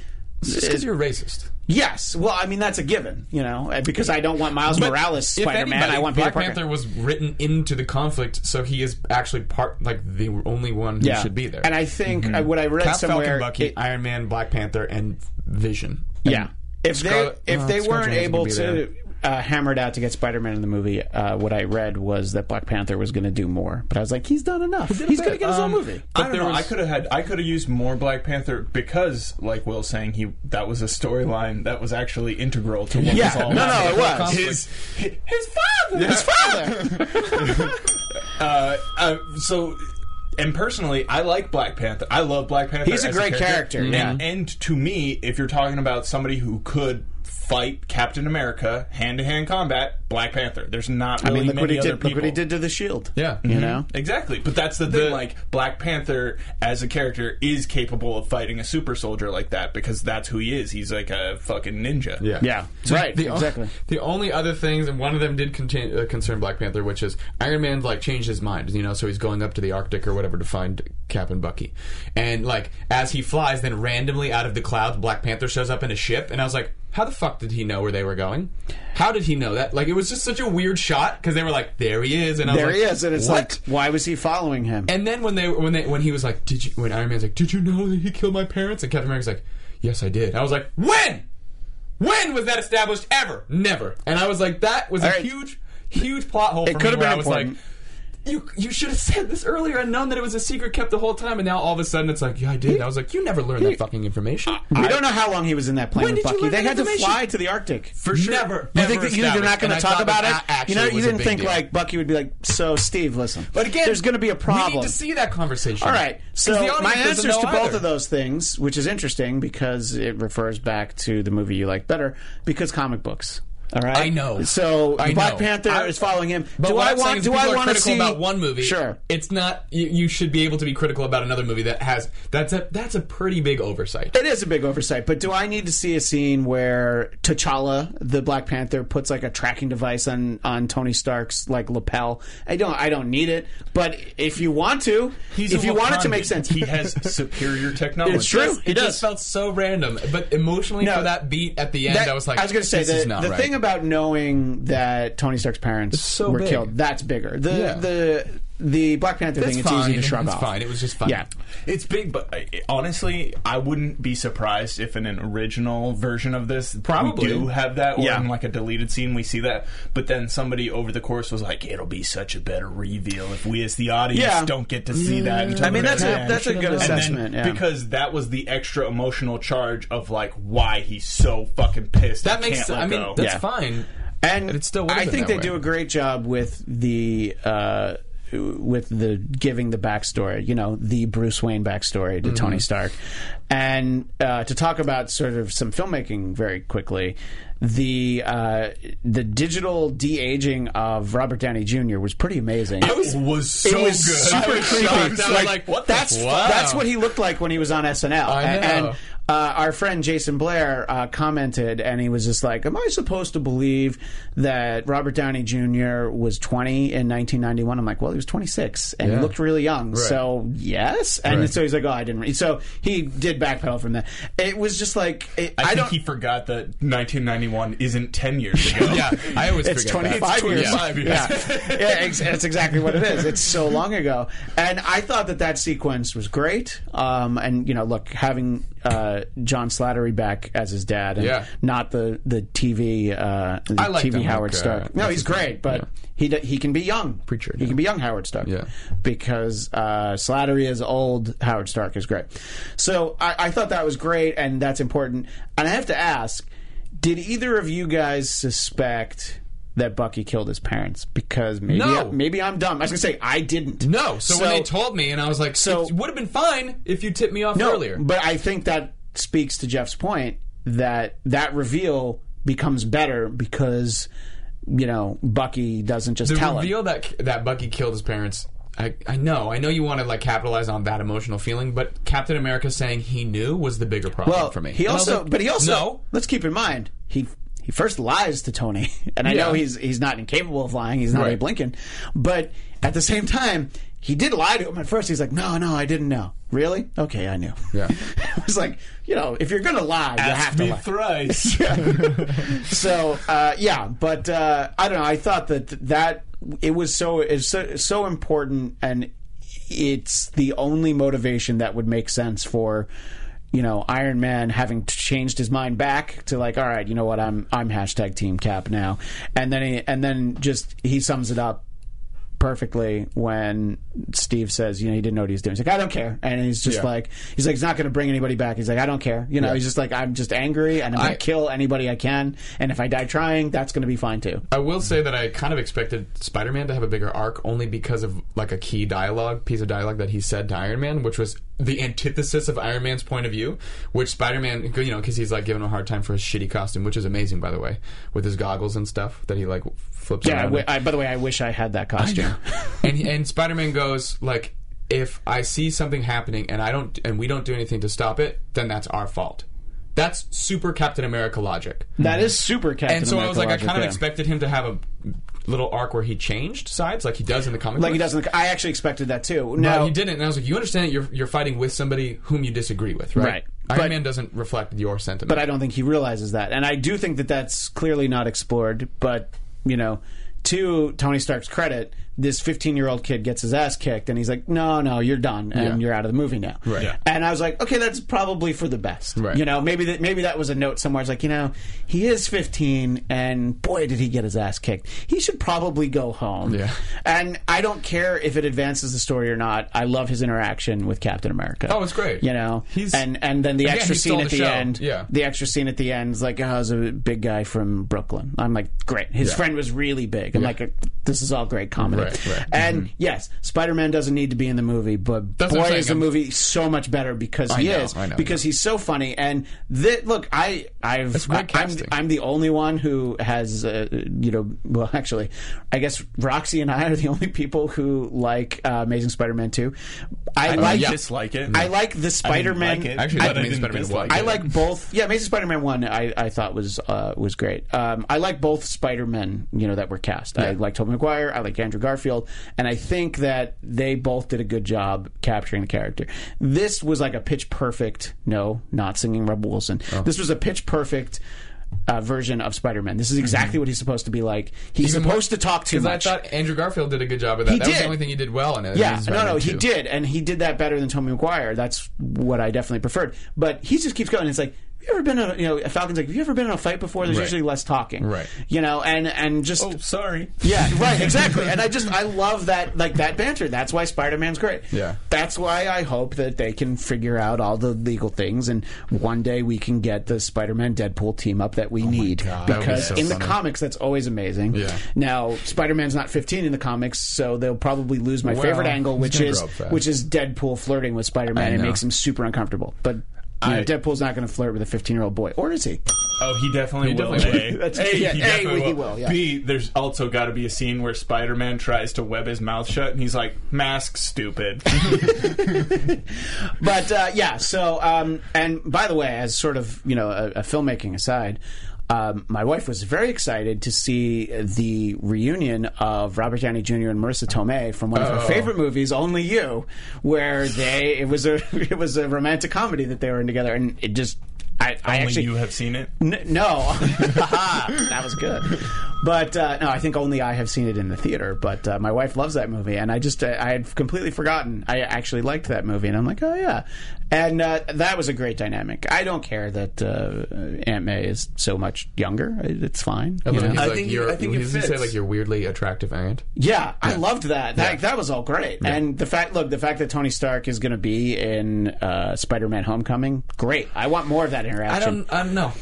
S2: just because you're racist.
S1: yes. Well, I mean that's a given, you know, uh, because I don't want Miles
S2: But
S1: Morales
S2: if
S1: Spider Man.
S2: anybody,
S1: I want
S2: Black
S1: Peter Parker.
S2: Panther was written into the conflict, so he is actually part like the only one who
S1: yeah.
S2: should be there.
S1: And I think uh, what I read
S2: Cap
S1: somewhere,
S2: Falcon, Bucky, Mm-hmm.
S1: it-
S2: Iron Man, Black Panther, and Vision.
S1: yeah. If
S2: Scarlet-
S1: they if
S2: well,
S1: they
S2: Scarlet
S1: weren't
S2: Johansson
S1: able
S2: could
S1: to
S2: be
S1: uh, hammer it out to get Spider Man in the movie, uh, what I read was that Black Panther was going to do more. But I was like, he's done enough. He's going to get his own
S3: Um,
S1: movie.
S3: I
S2: But
S3: don't
S2: there
S3: know.
S2: was-
S3: I could have had. I could have used more Black Panther because, like Will saying, he that was a storyline that was actually integral to what
S1: Yeah.
S3: was all.
S1: No, no, it was.
S3: his his father.
S1: His father.
S3: Uh, uh, so. And personally, I like Black Panther. I love Black Panther.
S1: He's a
S3: as
S1: great character, yeah.
S3: And, and to me, if you're talking about somebody who could fight Captain America hand to hand combat, Black Panther. There's not
S1: I
S3: really
S1: mean, look
S3: many
S1: what he
S3: other
S1: did.
S3: people.
S1: Look what he did to the Shield.
S2: Yeah.
S1: you know.
S3: Exactly, but that's the thing. Like Black Panther as a character is capable of fighting a super soldier like that because that's who he is. He's like a fucking ninja.
S1: Yeah, right.
S2: The o-
S1: exactly.
S2: the only other things, and one of them did contain, uh, concern Black Panther, which is Iron Man like changed his mind, you know, so he's going up to the Arctic or whatever to find Cap and Bucky, and like as he flies, then randomly out of the clouds, Black Panther shows up in a ship, and I was like. How the fuck did he know where they were going? How did he know that? Like, it was just such a weird shot because they were like, "There he is," and I was
S1: There
S2: like,
S1: he is, and it's
S2: "What?"
S1: like, why was he following him?
S2: And then when they when they when he was like, did you? When Iron Man's like, did you know that he killed my parents? And Captain America's like, yes, I did. I was like, when? When was that established? Ever? Never. And I was like, that was a
S1: right.
S2: huge, huge plot hole. It
S1: could
S2: could
S1: have
S2: have I
S1: been
S2: was
S1: important.
S2: like, you you should have said this earlier and known that it was a secret kept the whole time, and now all of a sudden it's like, yeah, I did. And I was like, you never learned that fucking information.
S1: We don't know how long he was in that plane
S2: When
S1: with
S2: did you
S1: Bucky.
S2: learn
S1: They
S2: that
S1: had to
S2: information?
S1: fly to the Arctic.
S2: For sure. Never.
S1: You
S2: ever
S1: think, that, you think they're not
S2: established. And
S1: going
S2: I
S1: to talk
S2: thought
S1: about
S2: that that
S1: it? You know,
S2: actually
S1: you
S2: was a
S1: didn't
S2: big
S1: think
S2: deal.
S1: like Bucky would be like, "So, Steve, listen."
S2: But again,
S1: there's going to be a problem.
S2: We need to see that conversation.
S1: All right.
S2: the
S1: So
S2: audience
S1: my
S2: doesn't
S1: answers
S2: know
S1: to both
S2: either.
S1: of those things, which is interesting because it refers back to the movie you like better, because comic books. All right.
S2: I know.
S1: So
S2: I
S1: Black
S2: know.
S1: Panther
S2: I-
S1: is following him.
S2: But
S1: do
S2: what
S1: I
S2: I'm saying
S1: want?
S2: is
S1: Do I
S2: people are
S1: want to
S2: critical
S1: see
S2: about one movie?
S1: Sure.
S2: It's not. You, you should be able to be critical about another movie that has. That's a that's a pretty big oversight.
S1: It is a big oversight, but do I need to see a scene where T'Challa, the Black Panther, puts like a tracking device on on Tony Stark's like lapel? I don't. I don't need it. But if you want to, if
S3: a
S1: you want it to make
S3: Wakandan.
S1: sense,
S3: he has superior technology.
S1: It's true.
S2: It
S1: He does.
S2: just felt so random, but emotionally
S1: No.
S2: for that beat at the end,
S1: That-
S2: I was like,
S1: I was going to say
S2: this
S1: the,
S2: is not
S1: the
S2: right.
S1: thing about knowing that Tony Stark's parents
S2: so
S1: were
S2: big.
S1: killed. That's bigger. The
S2: Yeah.
S1: the the Black Panther
S2: It's
S1: thing.
S2: fine.
S1: It's easy to shrug
S2: It's
S1: off.
S2: fine. It was just fine.
S1: Yeah.
S3: It's big, but I, honestly, I wouldn't be surprised if in an original version of this
S2: Probably.
S3: we do have that, or
S1: Yeah.
S3: in like a deleted scene we see that. But then somebody over the course was like, "It'll be such a better reveal if we as the audience
S1: Yeah. Mm,
S3: don't get to see that." Until
S1: I mean,
S3: the
S1: that's a-
S3: very end."
S1: that's a good
S3: And then-
S1: assessment, yeah.
S3: because that was the extra emotional charge of like why he's so fucking pissed.
S2: That
S3: and
S2: makes.
S3: can't let
S2: I mean,
S3: go.
S2: that's
S1: Yeah.
S2: fine.
S1: and
S2: But it still would've
S1: I
S2: been
S1: think
S2: that
S1: they do
S2: way.
S1: a great job with the uh, with the giving the backstory. You know, the Bruce Wayne backstory
S2: Mm-hmm.
S1: to Tony Stark, and uh, to talk about sort of some filmmaking very quickly. The uh, the digital de aging of Robert Downey Jr. was pretty amazing.
S2: It was, so
S1: it was
S2: good.
S1: super
S2: I was
S1: creepy.
S2: shocked. I was like, what the
S1: that's
S2: wow.
S1: that's what he looked like when he was on SNL.
S2: I
S1: And- And,
S2: know.
S1: uh, our friend Jason Blair uh, commented, and he was just like, "Am I supposed to believe that Robert Downey Jr. was 20 in 1991?" I'm like, "Well, he was 26 and he
S2: Yeah.
S1: looked really young, so yes." And
S2: Right.
S1: so he's like, "Oh, I didn't." Re-. So he did backpedal from that. It was just like it,
S3: I,
S1: I,
S3: think
S1: don't.
S3: he forgot that 1991 isn't 10 years ago.
S2: Yeah, I always
S1: it's
S2: forget that.
S1: 25 years.
S2: 25 years.
S1: Yeah, yeah ex- that's exactly what it is. It's so long ago, and I thought that that sequence was great. Um, and you know, look, having uh, John Slattery back as his dad, and
S2: Yeah.
S1: not the the TV uh, the
S2: I liked
S1: TV
S2: him,
S1: Howard
S2: like, uh,
S1: Stark. No,
S2: what's
S1: he's
S2: his name?
S1: great, but
S2: Yeah.
S1: he d- he can be young.
S2: Preacher,
S1: he
S2: yeah.
S1: can be young Howard Stark.
S2: Yeah.
S1: because uh, Slattery is old. Howard Stark is great. So I, I thought that was great, and that's important. And I have to ask. Did either of you guys suspect that Bucky killed his parents? Because maybe
S2: No.
S1: maybe I'm dumb. I was gonna say I didn't.
S2: No. So, when
S1: So-
S2: they told me, and I was like,
S1: So-
S2: it would have been fine if you tipped me off
S1: No,
S2: earlier.
S1: But I think that speaks to Jeff's point that that reveal becomes better because you know Bucky doesn't just
S2: the
S1: tell him.
S2: reveal that that Bucky killed his parents. I, I know, I know you want to like capitalize on that emotional feeling, but Captain America saying he knew was the bigger problem
S1: Well,
S2: for me.
S1: he
S2: And I was
S1: also,
S2: like,
S1: but he also.
S2: no,
S1: Let's keep in mind he he first lies to Tony, and I know
S2: Yeah.
S1: he's he's not incapable of lying. He's not
S2: Right.
S1: Abe Lincoln, but at the same time. He did lie to him at first. He's like, "No, no, I didn't know." Really? Okay, I knew.
S2: Yeah.
S1: it was like, you know, if you're gonna lie, you have
S3: Ask
S1: to
S3: me
S1: lie.
S3: thrice.
S1: so, uh, yeah, but uh, I don't know. I thought that that it was so it's so, so important, and it's the only motivation that would make sense for you know Iron Man having t- changed his mind back to like, all right, you know what, I'm I'm hashtag Team Cap now, and then he, and then just he sums it up perfectly when Steve says, you know, he didn't know what he was doing. He's like, I don't care. And he's just
S2: Yeah.
S1: like, he's like, he's not going to bring anybody back. He's like, I don't care. You know, he's just like, I'm just angry and I'm going
S2: I-
S1: to kill anybody I can. And if I die trying, that's going to be fine too.
S2: I will say that I kind of expected Spider-Man to have a bigger arc only because of like a key dialogue piece of dialogue that he said to Iron Man, which was the antithesis of Iron Man's point of view. Which Spider-Man, you know, because he's like giving him a hard time for his shitty costume, which is amazing by the way, with his goggles and stuff that he like flips.
S1: Yeah. I
S2: around
S1: wi- I- by the way, I wish I had that costume.
S2: and and Spider-Man goes like, if I see something happening and I don't and we don't do anything to stop it, then that's our fault. That's super Captain America logic.
S1: that is super Captain
S2: And so I was like,
S1: America
S2: I kind
S1: logic,
S2: of
S1: yeah.
S2: expected him to have a little arc where he changed sides, like he does in the comic.
S1: Like he
S2: books.
S1: doesn't. I actually expected that too.
S2: But
S1: No,
S2: he didn't, and I was like, you understand that you're you're fighting with somebody whom you disagree with, right?
S1: Right.
S2: Iron
S1: But-
S2: Man doesn't reflect your sentiment.
S1: but I don't think he realizes that. And I do think that that's clearly not explored. But you know, to Tony Stark's credit, this 15 year old kid gets his ass kicked, and he's like, "No, no, you're done, and
S2: Yeah.
S1: you're out of the movie now."
S2: Right. Yeah.
S1: And I was like, "Okay, that's probably for the best."
S2: Right.
S1: You know, maybe that maybe that was a note somewhere. It's like, you know, he is 15, and boy, did he get his ass kicked. He should probably go home.
S2: Yeah.
S1: And I don't care if it advances the story or not. I love his interaction with Captain America.
S2: Oh, it's great.
S1: You know,
S2: He's-
S1: and and then the
S2: Again,
S1: extra
S2: he stole
S1: scene at
S2: the
S1: the,
S2: show.
S1: end.
S2: Yeah.
S1: The extra scene at the end is like, oh, it's a big guy from Brooklyn. I'm like, great. His
S2: Yeah.
S1: friend was really big. I'm like, this is all great comedy.
S2: Right, right. Mm-hmm.
S1: And yes, Spider Man doesn't need to be in the movie, but
S2: That's what I'm
S1: boy
S2: saying.
S1: is the
S2: I'm-
S1: movie so much better because he
S2: know,
S1: is
S2: I know, I
S1: because he's so funny. And th- look, I I've
S2: great
S1: I, I'm
S2: casting.
S1: I'm the only one who has uh, you know well actually I guess Roxy and I are the only people who like uh, Amazing Spider Man two. I, like
S2: yeah.
S3: dislike it.
S1: Uh, I like the Spider Man.
S3: like it.
S2: Actually,
S3: I
S2: that means
S3: didn't
S2: Spider-Man
S3: dislike
S2: one.
S1: I like both. Yeah, Amazing Spider-Man one I, I thought was uh, was great. Um, I like both Spider-Men, you know, that were cast. I like Tobey Maguire. I like Andrew Garfield, and I think that they both did a good job capturing the character. This was like a pitch perfect. No, not singing Rebel Wilson.
S2: Oh.
S1: This was a pitch perfect. Uh, version of Spider-Man. This is
S2: Mm-hmm.
S1: exactly what he's supposed to be like. He's
S2: Even
S1: supposed to talk too
S2: Because I
S1: much.
S2: thought Andrew Garfield did a good job of that.
S1: He
S2: that was
S1: did.
S2: the only thing he did well in it.
S1: Yeah,
S2: It was
S1: no, no,
S2: Spider-Man
S1: he
S2: 2.
S1: did, and he did that better than Tommy McGuire. That's what I definitely preferred. But he just keeps going. It's like, have you ever been, in a, you know, Falcon's like, have you ever been in a fight before? There's
S2: Right.
S1: usually less talking,
S2: Right.
S1: You know, and and just
S3: Oh, sorry.
S1: yeah, right, exactly. And I just I love that like that banter. That's why Spider Man's great.
S2: Yeah.
S1: That's why I hope that they can figure out all the legal things and one day we can get the Spider Man Deadpool team up that we need.
S2: Oh God, that would be
S1: Because
S2: so
S1: in the
S2: funny.
S1: comics that's always amazing.
S2: Yeah.
S1: Now Spider Man's not fifteen in the comics, so they'll probably lose my
S2: Well,
S1: favorite angle,
S2: he's
S1: which
S2: gonna
S1: is
S2: grow up fast.
S1: which is Deadpool flirting with Spider Man
S2: I
S1: and
S2: know.
S1: makes him super uncomfortable. But you know,
S3: I-
S1: Deadpool's not going to flirt with a 15 year old boy. Or is he?
S3: Oh, he definitely
S2: He
S3: will.
S2: definitely
S3: A.
S2: will.
S1: That's-
S3: A,
S1: yeah,
S3: he,
S1: A,
S3: definitely
S1: he will, yeah.
S3: B, there's also got to be a scene where Spider-Man tries to web his mouth shut, and he's like, "Mask, stupid."
S1: but uh, yeah, so um, and by the way, as sort of you know a, a filmmaking aside, um, my wife was very excited to see the reunion of Robert Downey Jr. and Marissa Tomei from one
S3: Oh.
S1: of her favorite movies, Only You, where they it was a it was a romantic comedy that they were in together, and it just I, I
S3: Only
S1: actually
S3: you have seen it.
S1: N- no, that was good. But uh, no, I think only I have seen it in the theater. But uh, my wife loves that movie, and I just uh, I had completely forgotten I actually liked that movie, and I'm like, oh yeah, and uh, that was a great dynamic. I don't care that uh, Aunt May is so much younger; It- it's fine. you
S2: He's
S1: know? Uh,
S2: like,
S3: I think-
S2: you're,
S3: I think it
S2: does he say
S3: fits.
S2: like you're weirdly attractive aunt?
S1: Yeah, I loved that. That that was all great. And the fact, look, the fact that Tony Stark is going to be in uh, Spider-Man: Homecoming, great. I want more of that interaction.
S2: I don't know.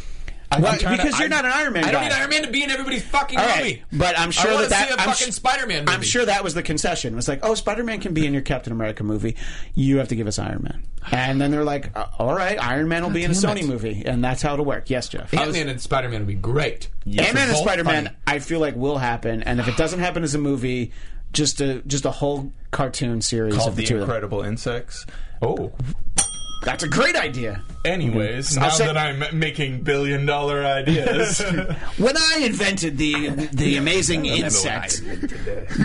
S1: Well, because you're not an Iron Man.
S2: I don't
S1: guy.
S2: need Iron Man to be in everybody's fucking
S1: All right,
S2: movie.
S1: but I'm sure
S2: I
S1: that
S2: wanna
S1: that
S2: see a
S1: I'm
S2: fucking Spider-Man movie.
S1: I'm sure that was the concession. It was like, oh, Spider-Man can be in your Captain America movie. You have to give us Iron Man. And then they're like, uh, all right, Iron Man will be in a
S2: damn
S1: Sony
S2: it.
S1: movie, and that's how it'll work. Yes, Jeff.
S2: Ant Man and Spider Man would be great.
S1: Ant Man and
S2: Both
S1: Spider Man,
S2: funny.
S1: I feel like will happen, and if it doesn't happen as a movie, just a just a whole cartoon series
S3: Called
S1: of the
S3: the
S1: two of them.
S3: Incredible Insects.
S2: Oh,
S1: That's a great idea.
S3: Anyways, now
S1: say-
S3: that I'm making billion dollar ideas,
S1: When I invented the the amazing insect,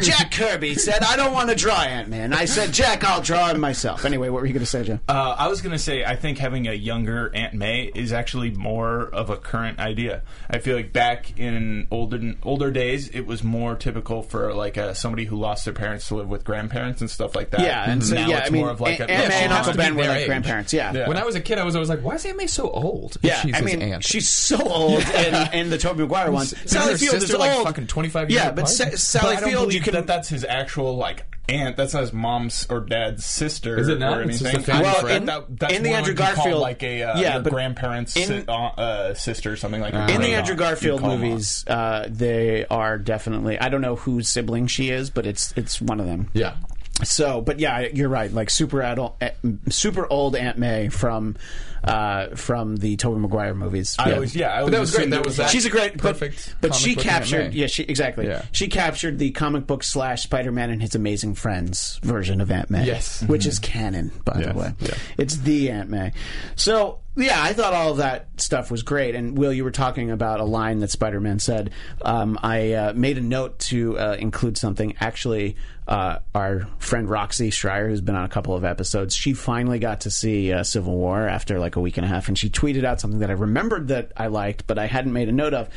S1: Jack Kirby said, "I don't want to draw Ant Man." I said, "Jack, I'll draw him myself." Anyway, what were you going to say, Jeff?
S3: Uh, I was going to say, I think having a younger Aunt May is actually more of a current idea. I feel like back in older older days, it was more typical for like uh somebody who lost their parents to live with grandparents and stuff like that.
S1: Yeah, and so
S3: now
S1: yeah,
S3: it's
S1: I mean,
S3: more of like
S1: Aunt
S3: a,
S1: May
S2: Yeah, she
S1: and
S2: has
S1: Uncle
S2: to be
S1: Ben were
S2: their
S1: like
S2: age.
S1: grandparents. Yeah,
S3: Yeah.
S2: when I was a kid, I was always like, "Why is Aunt May so old?"
S1: yeah.
S2: she's
S1: I
S2: his
S1: mean,
S2: aunt.
S1: she's so old in, in the Toby Maguire one. Sally
S2: her
S1: Field is
S2: sister, like,
S1: old,
S2: fucking 25 years
S1: Yeah, but
S2: apart?
S1: Sa-
S2: But
S1: Sally
S3: I don't
S1: Field, you
S3: believe
S1: can.
S3: that that's his actual like aunt. That's not his mom's or dad's sister.
S2: Is it not?
S3: Or
S2: It's just
S3: anything.
S2: a family Well,
S3: that,
S2: friend.
S3: that, that's
S1: in the
S3: more
S1: Andrew
S3: like you call,
S1: Garfield-
S3: like a uh,
S1: yeah,
S3: your
S1: but
S3: grandparents'
S1: in-
S3: si- uh, uh, sister or something like
S2: Ah,
S3: that.
S1: in the Andrew Garfield movies, uh, they are definitely. I don't know whose sibling she is, but it's it's one of them.
S2: yeah.
S1: So, but yeah, you're right. Like super adult, eh, super old Aunt May from uh, from the Tobey Maguire movies.
S3: I
S1: Yeah.
S3: always, yeah, I
S2: But that
S3: always
S2: was great.
S3: assumed
S2: That
S3: it
S2: was
S3: like-
S2: that
S1: She's a great, but-
S2: perfect
S1: but,
S2: comic
S1: she
S2: book
S1: captured.
S2: anime.
S1: Yeah, she exactly.
S2: Yeah.
S1: She captured the comic book slash Spider Man and his amazing friends version of Aunt May.
S2: Yes.
S1: which is canon, by
S2: Yes.
S1: the way.
S2: Yeah.
S1: It's the Aunt May. So yeah, I thought all of that stuff was great. And Will, you were talking about a line that Spider Man said. Um, I uh, made a note to uh, include something. Actually, uh, our friend Roxy Schreier, who's been on a couple of episodes, she finally got to see uh, Civil War after like a week and a half. And she tweeted out something that I remembered that I liked, but I hadn't made a note of.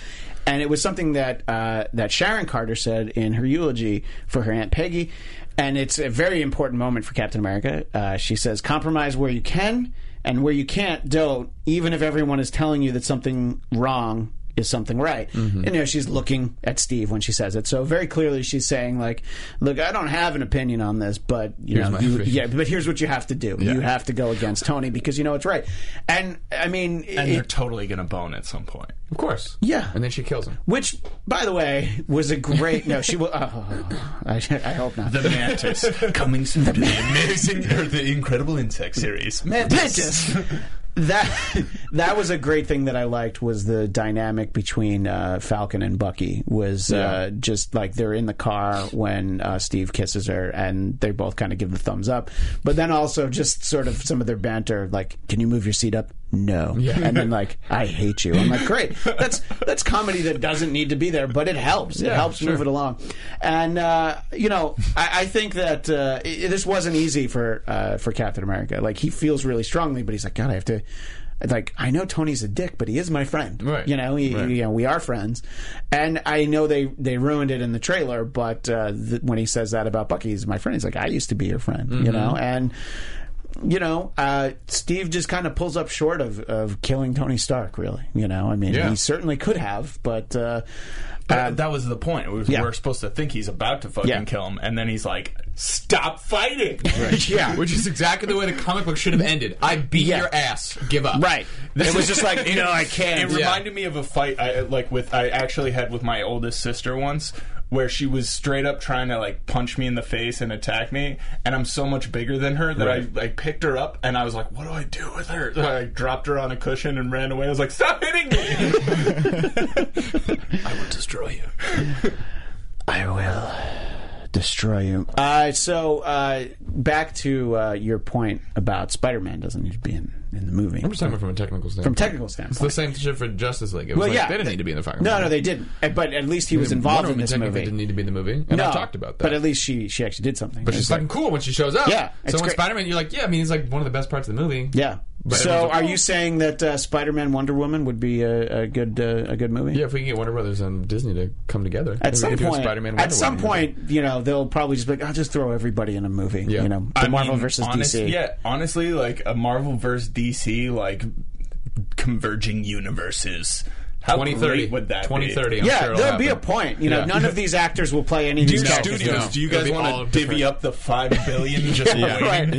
S1: And it was something that, uh, that Sharon Carter said in her eulogy for her Aunt Peggy. And it's a very important moment for Captain America. Uh, she says, compromise where you can and where you can't, don't. Even if everyone is telling you that something wrong is something right.
S2: Mm-hmm.
S1: And, you know, she's looking at Steve when she says it. So very clearly, she's saying like, "Look, I don't have an opinion on this, but you
S2: Here's
S1: know,
S2: my
S1: you-
S2: opinion."
S1: yeah, but here's what you have to do. You have to go against Tony because you know it's right." And I mean,
S3: and
S1: it-
S3: they're totally gonna bone at some point.
S2: Of course.
S1: Yeah.
S2: And then she kills him.
S1: which, by the way, was a great. no, she will. Oh, I, I hope not.
S3: The Mantis coming soon to the amazing or the Incredible Insect series.
S1: Mantis. that that was a great thing that I liked was the dynamic between uh, Falcon and Bucky was uh, just like they're in the car when uh, Steve kisses her and they both kind of give the thumbs up, but then also just sort of some of their banter like, "Can you move your seat up?" No, and then like, "I hate you." I'm like, "Great, that's that's comedy that doesn't need to be there, but it helps. it helps move it along." And uh, you know, I, I think that uh, i this wasn't easy for uh, for Captain America. Like he feels really strongly, but he's like, "God, I have to." Like I know Tony's a dick, but he is my friend.
S2: Right.
S1: You know, he,
S2: Right.
S1: you know, we are friends, and I know they they ruined it in the trailer. But uh, th- when he says that about Bucky, he's my friend. He's like, I used to be your friend. You know,
S2: Mm-hmm.
S1: and you know, uh, Steve just kind of pulls up short of, of killing Tony Stark. Really, you know, I mean,
S2: Yeah.
S1: he certainly could have, but uh,
S3: That, that was the point. We
S1: Yeah.
S3: were supposed to think he's about to fucking
S1: Yeah.
S3: kill him, and then he's like, "Stop fighting!"
S1: yeah,
S2: Which is exactly the way the comic book should have ended. I beat
S1: Yeah.
S2: your ass. Give up.
S1: right. It was just like, no, I
S3: It
S1: can't.
S2: Yeah.
S3: reminded me of a fight I uh, like with I actually had with my oldest sister once where she was straight up trying to like punch me in the face and attack me and I'm so much bigger than her that
S2: Right.
S3: I like picked her up and I was like what do I do with her so I dropped her on a cushion and ran away I was like stop hitting me I will destroy you
S1: I will destroy you. Uh, so uh, back to uh, your point about Spider-Man doesn't need to be in, in the movie
S2: I'm just talking about from a technical standpoint.
S1: from technical
S2: It's the
S1: standpoint.
S2: same shit for Justice League. It was
S1: Well,
S2: like,
S1: yeah,
S2: they didn't
S1: they-
S2: need to be in the fucking
S1: No,
S2: movie.
S1: no, they didn't. Uh, But at least he was involved
S2: Wonder
S1: in
S2: Woman
S1: this
S2: technically
S1: movie.
S2: didn't need to be in the movie. And
S1: no,
S2: I talked about that.
S1: But at least she she actually did something.
S2: But she's
S1: It's
S2: fucking cool when she shows up.
S1: Yeah, it's
S2: So when
S1: great.
S2: Spider Man, you're like, yeah, I mean, it's like one of the best parts of the movie.
S1: Yeah.
S2: But
S1: so,
S2: everyone's like,
S1: are
S2: "Oh."
S1: you saying that uh, Spider-Man, Wonder Woman would be a, a good uh, a good movie?
S2: Yeah, if we can get Warner Brothers and Disney to come together,
S1: At some point,
S2: Spider Man.
S1: at some point, you know, they'll probably just be like, "I'll just throw everybody in a movie."
S2: Yeah.
S1: You know, the
S3: I
S1: Marvel
S3: mean,
S1: versus
S3: honest-
S1: DC.
S3: Yeah, honestly, like a Marvel versus DC, like converging universes. How
S2: 2030
S3: great would that
S2: 2030,
S3: be?
S2: I'm
S1: Yeah,
S2: sure it'll
S1: there'll be a
S2: happen.
S1: point. You know,
S2: Yeah.
S1: none of these actors will play any of
S3: Do
S1: these
S3: you
S1: characters.
S3: studios,
S2: No.
S3: do you
S2: It'll
S3: guys
S2: be all
S3: want to divvy
S2: different.
S3: up the five billion just
S2: Yeah.
S3: waiting
S1: Right.
S3: for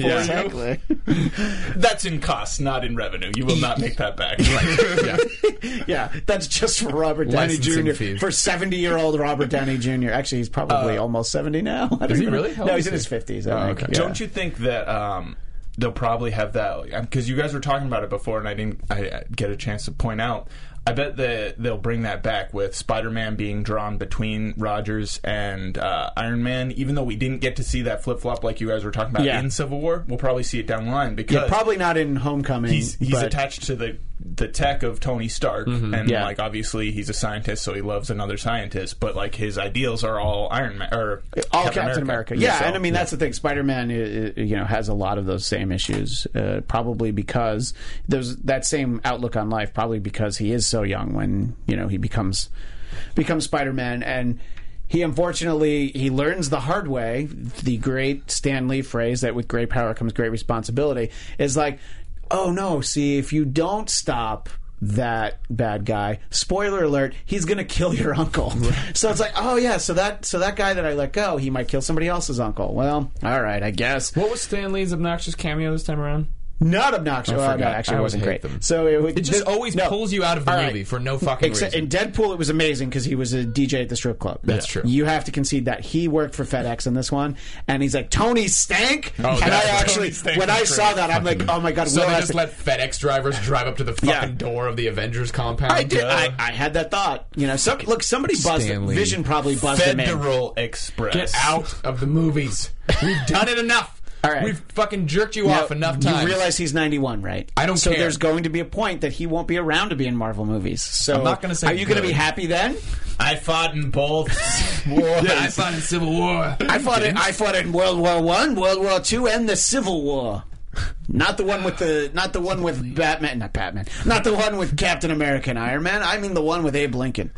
S2: Yeah.
S3: you?
S1: Exactly.
S3: That's in cost, not in revenue. You will not make that back.
S2: yeah.
S1: yeah, that's just for Robert Downey
S2: Licensing
S1: Jr.
S2: fees.
S1: For seventy-year-old Robert Downey Jr. Actually, he's probably almost seventy now. I don't
S2: he
S1: even know.
S2: really? How
S1: No,
S2: old
S1: he's
S2: Uh, is
S1: in
S2: he?
S1: his fifties.
S2: Oh,
S1: I think.
S2: okay.
S1: Yeah.
S3: Don't you think that um, they'll probably have that? Because you guys were talking about it before, and I didn't I, I get a chance to point out. I bet that they'll bring that back with Spider-Man being drawn between Rogers and uh, Iron Man. Even though we didn't get to see that flip-flop like you guys were talking about
S1: Yeah.
S3: in Civil War, we'll probably see it down the line because
S2: uh,
S1: Yeah, probably not in Homecoming.
S3: he's he's
S1: but- Mm-hmm.
S3: attached to the the tech of Tony Stark, and
S1: Yeah.
S3: like obviously he's a scientist, so he loves another scientist. But like his ideals are all Iron Man or
S1: all Captain, America. Yeah,
S3: So-
S1: and I mean that's the thing. Spider Man, you know, has a lot of those same issues, uh, probably because there's that same outlook on life. Probably because he is so young when you know he becomes becomes Spider Man, and he unfortunately he learns the hard way the great Stan Lee phrase that with great power comes great responsibility is like, oh no, see if you don't stop that bad guy. Spoiler alert, he's going to kill your uncle. So it's like, oh yeah, so that so that guy that I let go, he might kill somebody else's uncle. Well, all right, I guess.
S2: What was Stan Lee's obnoxious cameo this time around?
S1: Not obnoxious. Well, no,
S2: forgot.
S1: actually,
S2: I
S1: it
S2: always
S1: wasn't great.
S2: hate them.
S1: So it, was-
S2: It just
S1: this-
S2: always
S1: no.
S2: pulls you out of the
S1: All right.
S2: movie for no fucking
S1: Except
S2: reason.
S1: in Deadpool, it was amazing because he was a DJ at the strip club.
S2: That's true.
S1: You have to concede that he worked for FedEx in this one, and he's like Tony Stank. Oh, and
S2: that's-
S1: I actually,
S3: Tony Stank
S1: when
S3: was
S1: I
S3: great.
S1: saw that, I'm like, oh my god.
S2: so
S1: Will
S2: they
S1: has
S2: just
S1: to-
S2: let FedEx drivers drive up to the fucking
S1: Yeah.
S2: door of the Avengers compound.
S1: I did.
S2: Duh.
S1: I, I had that thought. You know, some, look, somebody buzzed. him.
S2: Stanley.
S1: Vision probably buzzed him in.
S3: Federal Express.
S2: Get out of the movies. We've done it enough.
S1: All right.
S2: We've fucking jerked you
S1: Now,
S2: off enough times.
S1: You realize he's 91, right?
S2: I don't
S1: so
S2: care.
S1: there's going to be a point that he won't be around to be in Marvel movies. So
S2: I'm not gonna say
S1: Are you going to
S2: good.
S1: be happy then?
S3: I fought in both wars.
S2: yeah, I fought in Civil War.
S1: I fought in I fought in World War One, World War Two, and the Civil War. Not the one with the not the one with Batman, not Batman. Not the one with Captain America and Iron Man. I mean the one with Abe Lincoln.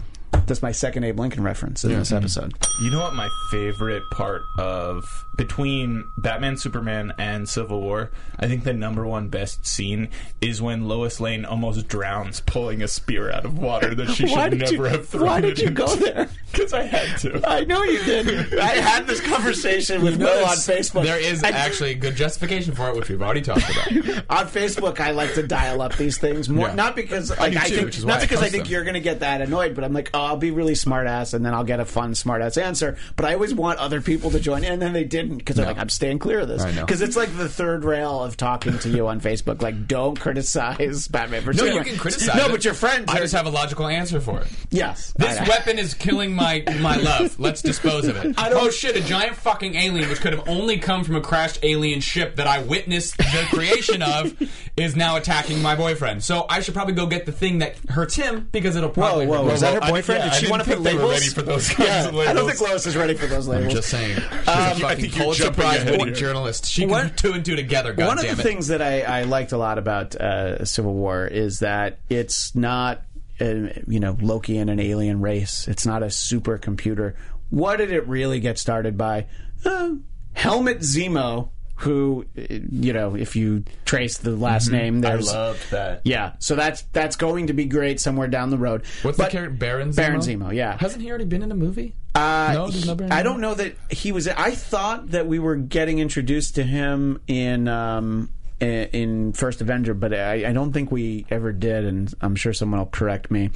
S1: That's my second Abe Lincoln reference in this episode.
S3: You know what my favorite part of between Batman, Superman, and Civil War? I think the number one best scene is when Lois Lane almost drowns pulling a spear out of water that she
S1: Why
S3: should
S1: did
S3: never
S1: you-
S3: have thrown.
S1: why did you go there?
S3: Because I had to.
S1: I know you did. I had this conversation with
S2: You
S1: Will on
S2: notice
S1: Facebook.
S2: There is
S1: I-
S2: actually a good justification for it, which we've already talked about.
S1: on Facebook, I like to dial up these things more,
S2: Yeah.
S1: not because like
S2: do
S1: I
S2: too,
S1: think
S2: which is why
S1: not
S2: I
S1: because I
S2: post
S1: think
S2: them.
S1: you're going to get that annoyed, but I'm like, oh, I'll be really smart ass, and then I'll get a fun smart ass answer. But I always want other people to join, in, and then they didn't because I'm like, I'm staying clear of this
S2: I know.
S1: because it's like the third rail of talking to you on Facebook. Like, don't criticize Batman. For
S2: No, you
S1: Superman.
S2: can criticize.
S1: No,
S2: it.
S1: but your friend.
S2: I just have a logical answer for it.
S1: yes.
S2: This
S1: I-
S2: weapon is killing my my love. Let's dispose of it.
S1: don't-
S2: Oh shit! A giant fucking alien, which could have only come from a crashed alien ship that I witnessed the creation of, is now attacking my boyfriend. So I should probably go get the thing that hurts him because it'll probably.
S1: Oh, whoa,
S2: hurt
S1: whoa,
S2: me.
S1: is that her
S3: I-
S1: boyfriend?
S3: yeah,
S1: Did
S3: I
S1: she
S3: didn't
S1: want to pick
S3: think they were
S1: labels?
S3: ready for those kinds
S1: Yeah,
S3: of
S1: I don't
S3: labels.
S1: think Lois is ready for those labels. Um,
S2: Just saying. She's a
S3: I
S2: fucking
S3: think you're
S2: Pulitzer
S3: jumping
S2: Prize
S3: ahead here.
S2: winning journalist. She can
S1: One-
S2: put two and two together. God
S1: One of
S2: damn
S1: the
S2: it.
S1: things that I, I liked a lot about uh, Civil War is that it's not, uh, you know, Loki and an alien race. It's not a supercomputer. What did it really get started by? Uh, Helmet Zemo, who, uh, you know, if you trace the last
S2: Mm-hmm.
S1: name,
S3: I
S1: there's.
S3: loved that.
S1: yeah, so that's that's going to be great somewhere down the road.
S2: What's
S1: But-
S2: the character? Baron Zemo.
S1: Baron Zemo, yeah.
S2: Hasn't he already been in a movie?
S1: Uh,
S2: No, there's no
S1: he-
S2: Baron
S1: I
S2: Zemo?
S1: don't know that he was. I thought that we were getting introduced to him in um, i- in First Avenger, but I, I don't think we ever did, and I'm sure someone will correct me.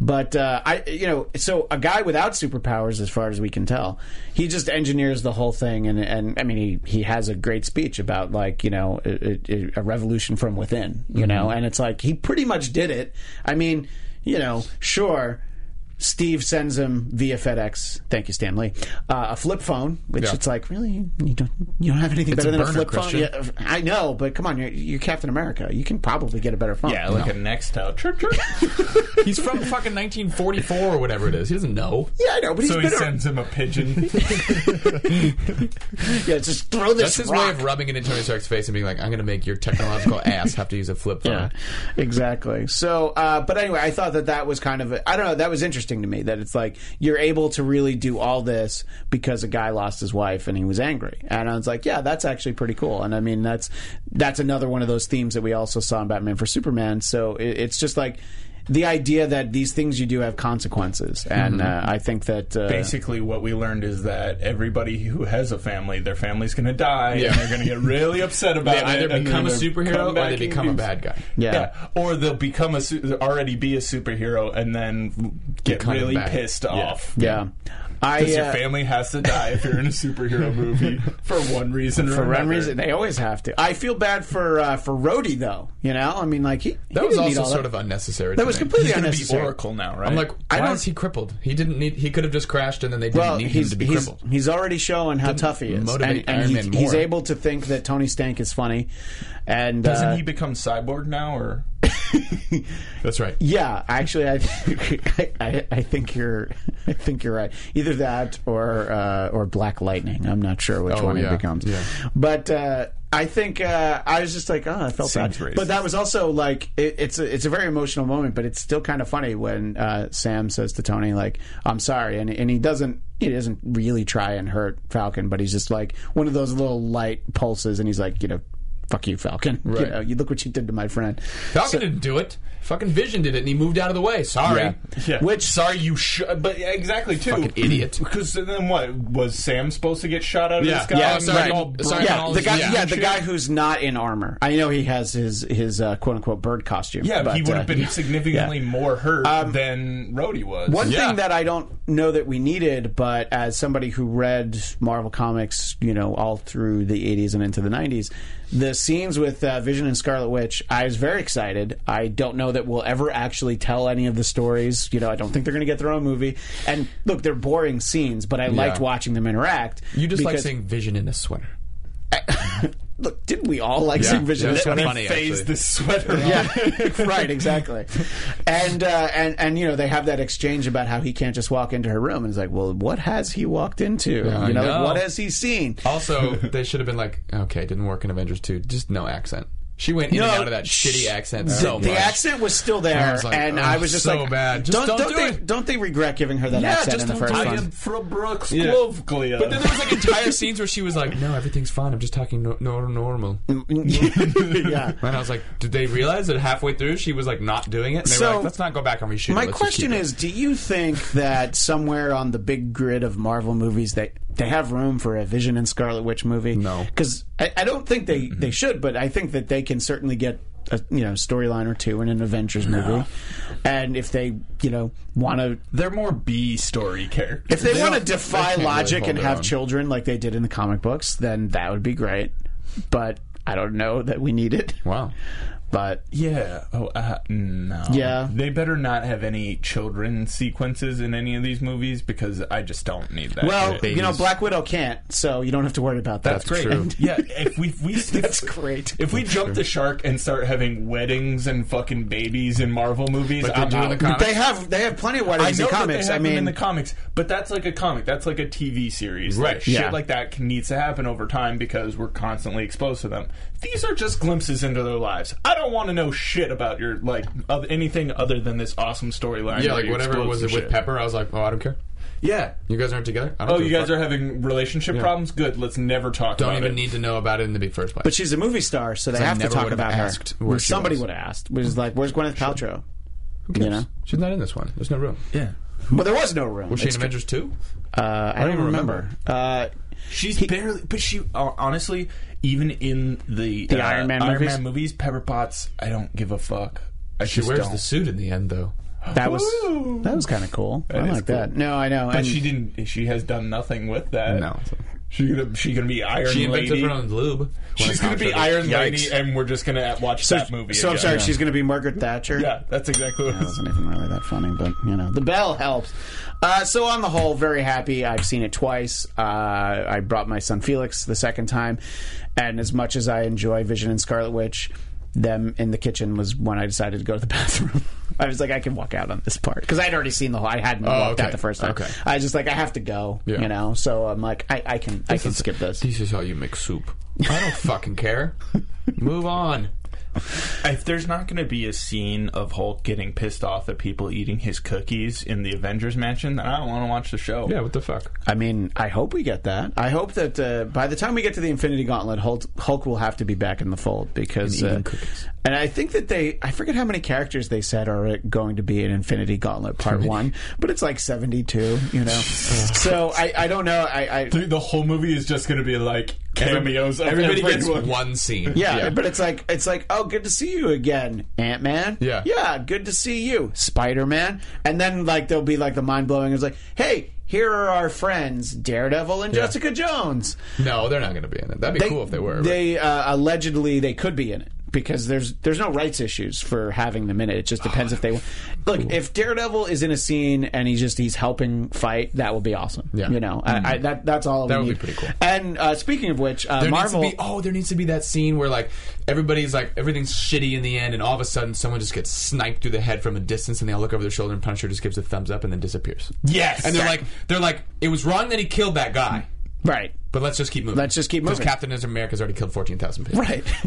S1: But uh, I, you know, so a guy without superpowers, as far as we can tell, he just engineers the whole thing, and and I mean, he he has a great speech about like you know a, a- a revolution from within, you know, and it's like he pretty much did it. I mean, you know, sure. Steve sends him via FedEx. Thank you, Stanley. Uh, a flip phone, which
S2: Yeah.
S1: it's like really you don't you don't have anything better
S2: a
S1: than a
S2: burner,
S1: flip
S2: Christian.
S1: phone. Yeah, I know, but come on, you're, you're Captain America. You can probably get a better phone.
S3: Yeah, like a Nextel. Chirp, chirp.
S2: He's from fucking 1944 or whatever it is. He doesn't know.
S1: yeah, I know, but he's
S3: so he
S1: been. a-
S3: sends him a pigeon.
S1: yeah, just throw this
S2: That's his
S1: rock.
S2: way of rubbing it in Tony Stark's face and being like, "I'm going to make your technological ass have to use a flip phone."
S1: Yeah, Uh, exactly. So, uh, but anyway, I thought that that was kind of, a, I don't know, that was interesting to me that it's like you're able to really do all this because a guy lost his wife and he was angry, and I was like, yeah, that's actually pretty cool. And I mean, that's that's another one of those themes that we also saw in Batman for Superman. So it, it's just like the idea that these things you do have consequences, and
S2: Mm-hmm.
S1: uh, I think that uh,
S3: basically what we learned is that everybody who has a family, their family's going to die,
S2: Yeah.
S3: and they're going to get really upset about
S2: They
S3: it.
S2: either
S3: and
S2: become a
S3: then they'll come
S2: superhero or
S3: back
S2: they
S3: and
S2: become a
S3: be-
S2: bad guy.
S1: yeah.
S3: or they'll become a su- already be a superhero and then get
S2: Become
S3: really
S2: bad.
S3: pissed off.
S1: Yeah. I,
S3: Because
S1: uh,
S3: your family has to die if you're in a superhero movie for one reason or
S1: for one
S3: another.
S1: reason they always have to. I feel bad for uh, for Rhodey though. You know, I mean, like he
S2: That was also sort of unnecessary.
S1: That
S2: to
S1: was
S2: me.
S1: completely
S3: He's going to be
S1: unnecessary.
S3: Oracle now, right?
S2: I'm like,
S1: I
S2: why
S1: don't-
S2: is he crippled? He didn't need. He could have just crashed, and then they didn't
S1: well,
S2: need him
S1: he's
S2: to be
S1: he's,
S2: crippled.
S1: he's already showing how tough he is, and,
S2: motivate
S1: and
S2: Iron
S1: he-
S2: Man
S1: he's
S2: more.
S1: able to think that Tony Stank is funny, and
S3: doesn't
S1: uh,
S3: he become cyborg now? Or
S2: That's right.
S1: yeah, actually, I, I- I I think you're I think you're right. Either that or uh, or Black Lightning. I'm not sure which
S2: Oh,
S1: one
S2: yeah.
S1: he becomes.
S2: Yeah.
S1: But uh, I think uh, I was just like, oh, I felt
S3: Seems
S1: bad.
S3: racist.
S1: But that was also like it, it's a, it's a very emotional moment, but it's still kind of funny when uh, Sam says to Tony like, "I'm sorry," and and he doesn't he doesn't really try and hurt Falcon, but he's just like one of those little light pulses, and he's like, you know. Fuck you, Falcon. You
S2: Right.
S1: know, you look what you did to my friend.
S2: Falcon
S1: So-
S2: didn't do it. Fucking Vision did it, and he moved out of the way. Sorry.
S1: Yeah.
S3: Which sorry, you should. But yeah, exactly too.
S2: Fucking idiot.
S3: Because then what was Sam supposed to get shot out of
S2: Yeah.
S3: the sky?
S2: Yeah,
S3: And
S2: sorry,
S3: like
S2: right.
S3: all burnt
S2: Sorry,
S1: yeah,
S2: all
S1: the
S2: his-
S1: guy.
S2: yeah.
S1: Yeah, the guy who's not in armor. I know he has his his uh, quote unquote bird costume.
S3: Yeah, Um,
S1: but,
S3: he would
S1: uh,
S3: have been significantly more hurt than Rhodey was.
S1: One
S2: Yeah.
S1: thing that I don't know that we needed, but as somebody who read Marvel comics, you know, all through the 80s and into the 90s, the scenes with uh, Vision and Scarlet Witch, I was very excited. I don't know that we'll ever actually tell any of the stories. You know, I don't think they're going to get their own movie. And look, they're boring scenes, but I liked watching them interact.
S2: You just like
S1: because-
S2: saying Vision in a sweater.
S1: Look, didn't we all like
S2: Yeah.
S1: Zig Vision?
S2: Yeah, that's
S1: That-
S2: what
S3: They
S2: I'm Funny,
S3: phase
S2: actually.
S3: this sweater off.
S1: yeah, right, exactly. And uh, and and you know they have that exchange about how he can't just walk into her room, and it's like, well, what has he walked into?
S2: Yeah,
S1: you know,
S2: I
S1: like,
S2: know.
S1: what has he seen?
S2: Also, they should have been like, okay, didn't work in Avengers 2. Just no accent. She went in and out of that
S1: sh-
S2: shitty accent
S1: the,
S2: so
S1: the
S2: much.
S1: accent was still there,
S2: I was like,
S1: and
S2: "Oh,
S1: I was just
S2: so
S1: like,
S2: bad. Just
S1: don't
S2: don't do
S1: they
S2: it."
S1: don't they regret giving her that accent in the first
S3: I
S1: one?
S3: am from Brooks
S2: Yeah.
S3: Gloveglia.
S2: But then there was like entire scenes where she was like, "No, everything's fine. I'm just talking no, no normal." And
S1: yeah.
S2: I was like, "Did they realize that halfway through she was like not doing it?" And they
S1: So-
S2: were like, "Let's not go back and reshoot." it.
S1: My
S2: Let's just
S1: question
S2: keep it."
S1: is, do you think that somewhere on the big grid of Marvel movies they they have room for a Vision and Scarlet Witch movie?
S2: No.
S1: because I, I don't think they, they should, but I think that they can certainly get a you know storyline or two in an Avengers movie, and if they you know want to.
S3: They're more B story
S1: If
S3: characters.
S1: they, want to
S2: don't- they
S1: defy
S2: can't really
S1: logic
S2: hold
S1: and
S2: their
S1: have
S2: own.
S1: children like they did in the comic books, then that would be great. But I don't know that we need it.
S2: wow.
S1: But
S3: Yeah. Oh, uh, no.
S1: Yeah.
S3: They better not have any children sequences in any of these movies because I just don't need that.
S1: well,
S3: shit.
S1: you know, Black Widow can't, so you don't have to worry about that.
S2: That's great. true.
S3: And, yeah, if we if we
S1: That's great.
S3: If we jump the shark and start having weddings and fucking babies in Marvel movies,
S2: Like they
S3: I'm
S2: do in
S3: out.
S2: the comics.
S1: They have they have plenty of
S3: I
S1: weddings
S3: know
S1: in comics.
S3: That they
S1: I
S3: have them
S1: mean,
S3: in the comics, but that's like a comic. That's like a TV series,
S2: Right,
S3: Like,
S1: yeah.
S3: Shit like that can, needs to happen over time because we're constantly exposed to them. These are just glimpses into their lives. I don't want to know shit about your like of anything other than this awesome storyline.
S2: Yeah,
S3: where
S2: like
S3: you
S2: whatever
S3: explode
S2: was
S3: some
S2: it with
S3: shit.
S2: Pepper? I was like, "Oh, I don't care.
S3: Yeah.
S2: You guys aren't together. I don't
S3: Oh,
S2: give
S3: you
S2: a
S3: guys
S2: fuck.
S3: are having relationship problems. Good. Let's never talk.
S2: Don't
S3: about
S2: even
S3: it.
S2: need to know about it in the big first place."
S1: but she's a movie star, so they
S2: I
S1: have to
S2: never
S1: talk
S2: would've
S1: about her.
S2: asked where she
S1: Somebody
S2: was.
S1: would have asked. Which is like, where's Gwyneth Paltrow?
S2: Who cares?
S1: you know?
S2: she's not in this one. There's no room.
S3: Yeah.
S1: Well, there was no room.
S2: Was she in
S1: It's-
S2: Avengers two?
S1: uh, I don't even remember. Uh,
S3: She's barely, but she uh, honestly, even in the,
S1: The
S3: uh,
S1: Iron Man movies?
S3: movies, Pepper Potts, I don't give a fuck. I
S2: She
S3: just
S2: wears
S3: don't.
S2: the suit in the end, though.
S1: that was
S3: Woo!
S1: that was kind of cool. I
S3: is
S1: like Uh, that.
S3: cool.
S1: No, I know.
S3: But
S1: and
S3: she didn't. She has done nothing with that.
S2: No.
S3: She gonna she gonna be Iron
S2: She invented
S3: Lady.
S2: her own lube.
S3: She's gonna be Iron Lady, and we're just gonna watch
S1: so,
S3: that movie.
S1: so I'm
S3: again.
S1: sorry. She's going to be Margaret Thatcher.
S3: Yeah, that's exactly what. it
S1: That
S3: is.
S1: wasn't even really that funny, but you know, the bell helps. Uh, so on the whole, very happy. I've seen it twice. Uh, I brought my son Felix the second time, and as much as I enjoy Vision and Scarlet Witch, them in the kitchen was when I decided to go to the bathroom. I was like, I can walk out on this part because I'd already seen the whole. I hadn't walked
S2: Oh, okay.
S1: out the first time.
S2: Okay.
S1: I was just like, I have to go,
S2: Yeah.
S1: you know. So I'm like, I, I can, I can skip this.
S2: This is how you make soup. I don't fucking care. Move on.
S3: If there's not gonna be a scene of Hulk getting pissed off at people eating his cookies in the Avengers mansion, then I don't want to watch the show.
S2: Yeah, what the fuck?
S1: I mean, I hope we get that. I hope that uh, by the time we get to the Infinity Gauntlet, Hulk, Hulk will have to be back in the fold because,
S2: And eating
S1: uh,
S2: cookies.
S1: and I think that they, I forget how many characters they said are going to be in Infinity Gauntlet Part One, but it's like seventy-two, you know. so I, I don't know. I, I
S3: Dude, the whole movie is just gonna be like cameos. of
S2: Everybody gets
S3: everyone.
S2: one scene.
S1: yeah, but it's like it's like oh, good to see you again, Ant Man.
S2: Yeah.
S1: yeah, good to see you, Spider Man. And then like there'll be like the mind blowing. It's like, hey, here are our friends, Daredevil and
S2: Yeah.
S1: Jessica Jones.
S2: No, they're not going to be in it. That'd be cool if they were. but-
S1: They uh, allegedly they could be in it because there's there's no rights issues for having them in it. It just depends if they look. If Daredevil is in a scene and he's just he's helping fight, that would be awesome.
S2: Yeah. Mm.
S1: you know, I, I, that that's all
S2: That
S1: we
S2: would be
S1: need.
S2: pretty cool.
S1: And uh, speaking of which, uh,
S2: there
S1: Marvel.
S2: needs to be oh, there needs to be that scene where like everybody's like everything's shitty in the end, and all of a sudden someone just gets sniped through the head from a distance, and they all look over their shoulder, and Punisher just gives a thumbs up and then disappears.
S3: Yes,
S2: And they're like, they're like, it was wrong that he killed that guy,
S1: right.
S2: but let's just keep moving.
S1: Let's just keep
S2: Because
S1: moving.
S2: Captain America's already killed fourteen thousand people.
S1: Right.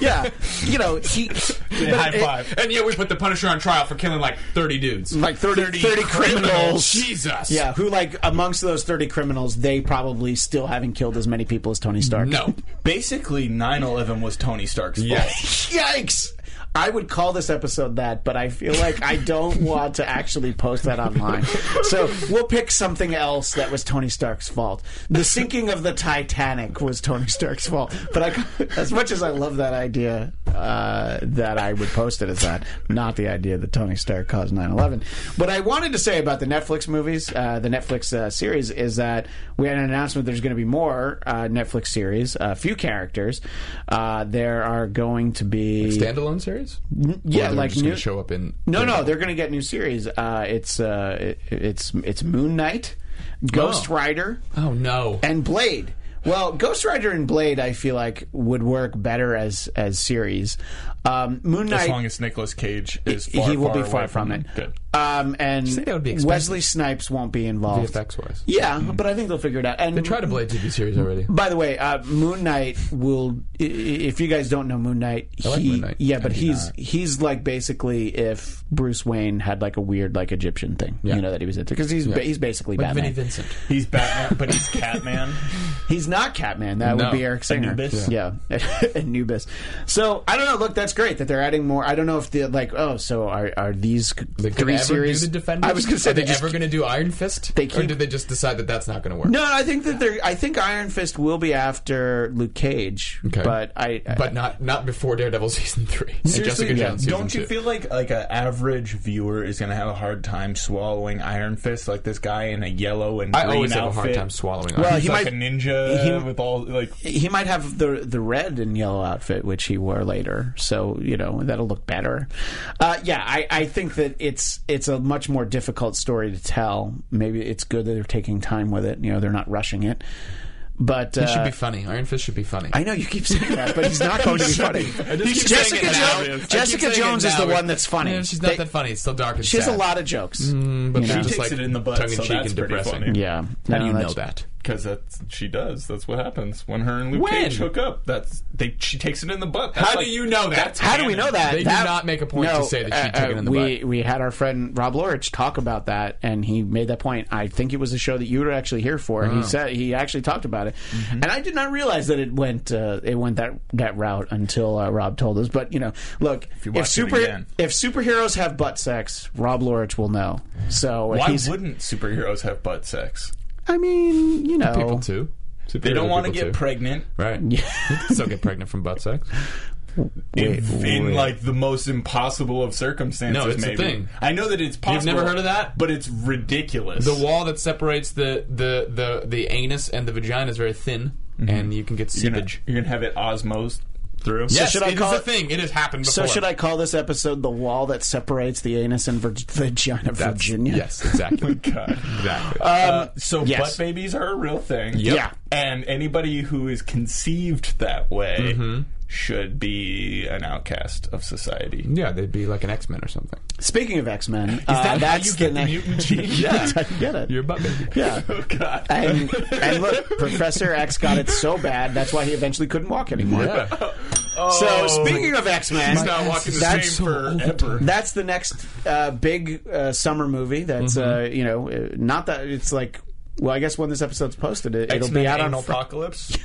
S1: yeah. You know, he.
S3: high
S1: it-
S3: five.
S2: And yet we put the Punisher on trial for killing like 30 dudes.
S1: Like 30, 30, criminals.
S2: Jesus.
S1: Yeah, who, like, amongst those 30 criminals, they probably still haven't killed as many people as Tony Stark.
S2: No.
S3: basically 9-11 was Tony Stark's fault.
S1: Yikes! I would call this episode that, but I feel like I don't want to actually post that online. So we'll pick something else that was Tony Stark's fault. The sinking of the Titanic was Tony Stark's fault. But I, as much as I love that idea, uh, that I would post it as that, not the idea that Tony Stark caused 9 11. But I wanted to say about the Netflix movies, uh, the Netflix uh, series, is that we had an announcement there's going to be more uh, Netflix series, a few characters. Uh, there are going to be.
S2: Standalone series?
S1: yeah,
S2: Or they're
S1: like
S2: just gonna
S1: new-
S2: show up in.
S1: no, no, they're going to get new series. Uh, it's uh, it, it's it's Moon Knight, Ghost
S2: Oh.
S1: Rider,
S2: Oh no.
S1: and Blade. Well, Ghost Rider and Blade, I feel like would work better as as series. Um, Moon Knight,
S3: as long as Nicolas Cage is
S1: he
S3: far,
S1: will
S3: far
S1: be
S3: away
S1: far from it.
S3: Good.
S1: Um, and
S2: think that would be expensive?
S1: Wesley Snipes won't be involved.
S2: VFX wise.
S1: Yeah, but I think they'll figure it out. And
S2: Mm-hmm. They tried a Blade TV series already.
S1: By the way, uh, Moon Knight will. i- i- If you guys don't know Moon Knight, he
S2: like Moon Knight.
S1: yeah, but
S2: I do
S1: he's
S2: not.
S1: he's like basically if Bruce Wayne had like a weird like Egyptian thing,
S2: Yeah.
S1: you know that he was into because he's ba- he's basically
S2: Like
S1: Batman.
S2: Vinnie Vincent.
S3: He's Batman, but he's Catman.
S1: He's not Catman. That
S3: No.
S1: would be Eric Singer.
S3: Anubis?
S1: Yeah, Anubis. So I don't know. Look, that's great that they're adding more. I don't know if they're like, oh, so are are these
S2: They could
S1: three
S2: ever
S1: series?
S2: do the Defenders?
S1: I was going to say
S2: Are they,
S1: they just
S2: ever going to do Iron Fist?
S1: They
S2: or
S1: keep-
S2: did they just decide that that's not going to work?
S1: No, I think that they're. I think Iron Fist will be after Luke Cage,
S2: Okay.
S1: but I.
S2: But not not before Daredevil season three. And Jessica
S1: yeah.
S2: Jones season
S3: don't you
S2: two.
S3: feel like like an average viewer is going to have a hard time swallowing Iron Fist, like this guy in a yellow and
S2: I
S3: green
S2: always
S3: outfit?
S2: have a hard time swallowing.
S1: Well,
S2: Iron
S3: He's
S1: he
S3: like
S1: might-
S3: a ninja
S1: he-
S3: with all like
S1: he might have the the red and yellow outfit which he wore later, so you know that'll look better. Uh, yeah, I, I think that it's it's a much more difficult story to tell. Maybe it's good that they're taking time with it. You know, they're not rushing it. But uh,
S2: Fist should be Oh, funny. Iron Fist should be funny.
S1: I know you keep saying that, but he's not going to be funny.
S2: just keep
S1: Jessica,
S2: saying it now. I
S1: Jones,
S2: keep
S1: Jessica
S2: saying it
S1: Jones is
S2: now.
S1: the one that's funny.
S2: No, she's not
S1: They-
S2: that funny. It's still dark and
S1: she has a
S2: sad.
S1: lot of jokes.
S2: but
S1: Yeah.
S2: she's
S1: She
S2: just
S3: takes
S2: like
S3: it in the butt, so
S2: tongue in cheek
S3: that's
S2: and
S3: pretty
S2: depressing.
S3: funny.
S1: Yeah, No,
S2: How do you know
S1: that's-
S2: that?
S3: because that's she does. That's what happens when her and Luke
S2: When?
S3: Cage hook up. That's they. She takes it in the butt. That's
S2: How
S3: like-
S2: do you know that?
S3: that's
S1: How do we know that?
S2: They did
S1: That-
S2: not make a point
S1: No,
S2: to say that she
S1: uh,
S2: took it in the
S1: we, We had our friend Rob Lorich talk about that, and he made that point. I think it was a show that you were actually here for.
S2: Oh.
S1: He said he actually talked about it,
S2: Mm-hmm.
S1: and I did not realize that it went uh, it went that that route until uh, Rob told us. But you know, look, if,
S3: you watch it
S1: super
S3: again.
S1: if superheroes have butt sex, Rob Lorich will know. So if
S3: Why
S1: he's-
S3: wouldn't superheroes have butt sex?
S1: I mean, you know,
S2: butt. People too.
S3: They don't want to
S2: Superhero
S3: get
S2: people too.
S3: pregnant
S2: Right. You can still get pregnant from butt sex.
S3: in, in
S1: wait.
S3: like the most impossible of circumstances.
S2: No, it's a
S3: maybe.
S2: thing.
S3: I know that it's
S2: You've
S3: possible.
S2: never heard of that?
S3: but it's ridiculous.
S2: The wall that separates the the the, the anus and the vagina is very thin,
S1: Mm-hmm.
S2: and you can get
S3: you're gonna,
S2: seepage.
S3: you're gonna have it osmosed through.
S2: Yes,
S1: should I
S2: it is
S1: call
S2: a
S1: it-
S2: thing. It has happened
S1: So
S2: before.
S1: should I call this episode the wall that separates the anus and vir- vagina, Virginia? Oh
S2: Yes, exactly.
S3: God.
S2: exactly.
S3: Uh, so
S1: yes.
S3: butt babies are a real thing.
S1: Yeah.
S3: And anybody who is conceived that way
S2: Mm-hmm.
S3: should be an outcast of society.
S2: yeah, they'd be like an X Men or something.
S1: Speaking of X Men, is
S3: how you
S1: that's
S3: get
S1: the
S3: the
S1: ne-
S3: mutant gene?
S1: Yes, I get it.
S2: You're a butt baby.
S1: yeah.
S3: Oh God.
S1: And, and look, Professor X got it so bad that's why he eventually couldn't walk anymore. So speaking of X Men,
S3: Oh. He's not walking the same
S1: that's,
S3: forever.
S1: that's the next uh, big uh, summer movie. That's
S3: Mm-hmm.
S1: uh, you know uh, not that it's like well I guess when this episode's posted it, it'll be out on
S3: Anal
S1: Fri-
S3: apocalypse.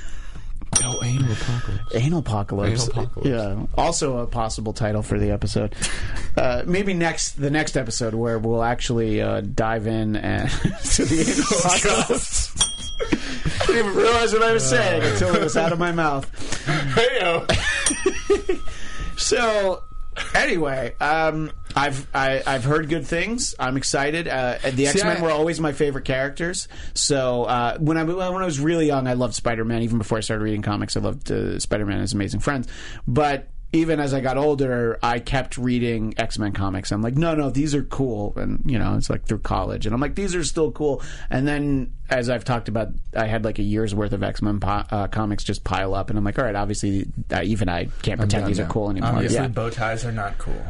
S2: No anal apocalypse.
S1: Anal apocalypse.
S2: Anal-pocalypse.
S1: Yeah, also a possible title for the episode. Uh, maybe next the next episode where we'll actually uh, dive in and to the anal apocalypse. I didn't even realize what I was saying until it was out of my mouth.
S3: Heyo.
S1: So anyway, um, I've I, I've heard good things. I'm excited. Uh, the X Men
S2: I-
S1: were always my favorite characters. So uh, when I when I was really young, I loved Spider Man. Even before I started reading comics, I loved uh, Spider Man and His Amazing Friends. But even as I got older, I kept reading X Men comics. I'm like, no, no, these are cool, and you know, it's like through college, and I'm like, these are still cool. And then, as I've talked about, I had like a year's worth of X Men po- uh, comics just pile up, and I'm like, all right, obviously, uh, even I can't pretend
S2: done
S1: these are
S2: now.
S1: cool anymore.
S3: Obviously,
S1: Yeah
S3: bow ties are not cool.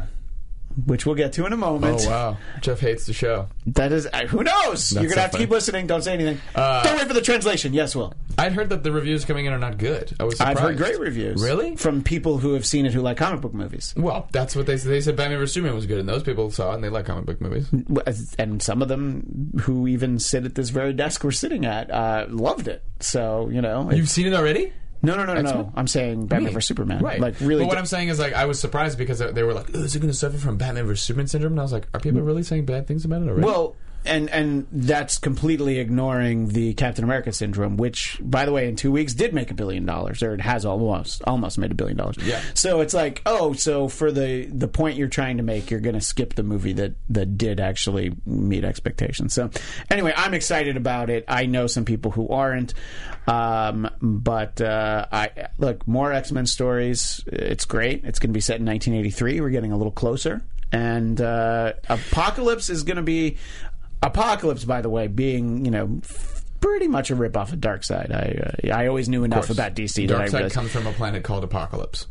S1: which we'll get to in a moment.
S2: Oh wow, Jeff hates the show.
S1: That is, I- who knows? You're gonna
S2: so
S1: have to
S2: funny.
S1: keep listening. Don't say anything.
S2: Uh,
S1: Don't wait for the translation. Yes, Will.
S2: I'd heard that the reviews coming in are not good. I was.
S1: I've
S2: Surprised.
S1: heard great reviews.
S2: Really?
S1: From people who have seen it who like comic book movies,
S2: Well, that's what they said. They said Batman vs Superman was good, and those people saw it and they like comic book movies.
S1: Mm-hmm. and some of them who even sit at this very desk we're sitting at uh, loved it. So you know, it-
S2: You've seen it already,
S1: no, no, no,
S2: X-Men?
S1: no. I'm saying Batman vs Superman.
S2: right?
S1: Like really.
S2: But what I'm saying is, like, I was surprised because they they were like, oh, "Is it going to suffer from Batman vs Superman syndrome?" And I was like, "Are people really saying bad things about it already?"
S1: Hmm. Well, and and that's completely ignoring the Captain America syndrome, which, by the way, in two weeks did make a billion dollars, or it has almost almost made a billion dollars.
S2: Yeah.
S1: So it's like, oh, so for the the point you're trying to make, you're going to skip the movie that that did actually meet expectations. So anyway, I'm excited about it. I know some people who aren't, um, but uh, I look more X Men stories. It's great. It's going to be set in 1983. We're getting a little closer and uh, Apocalypse is going to be Apocalypse. By the way, being you know f- pretty much a rip off of Dark Side. I uh, I always knew enough
S2: course.
S1: about DC that I
S2: Dark Side
S1: realized
S2: comes from a planet called Apocalypse.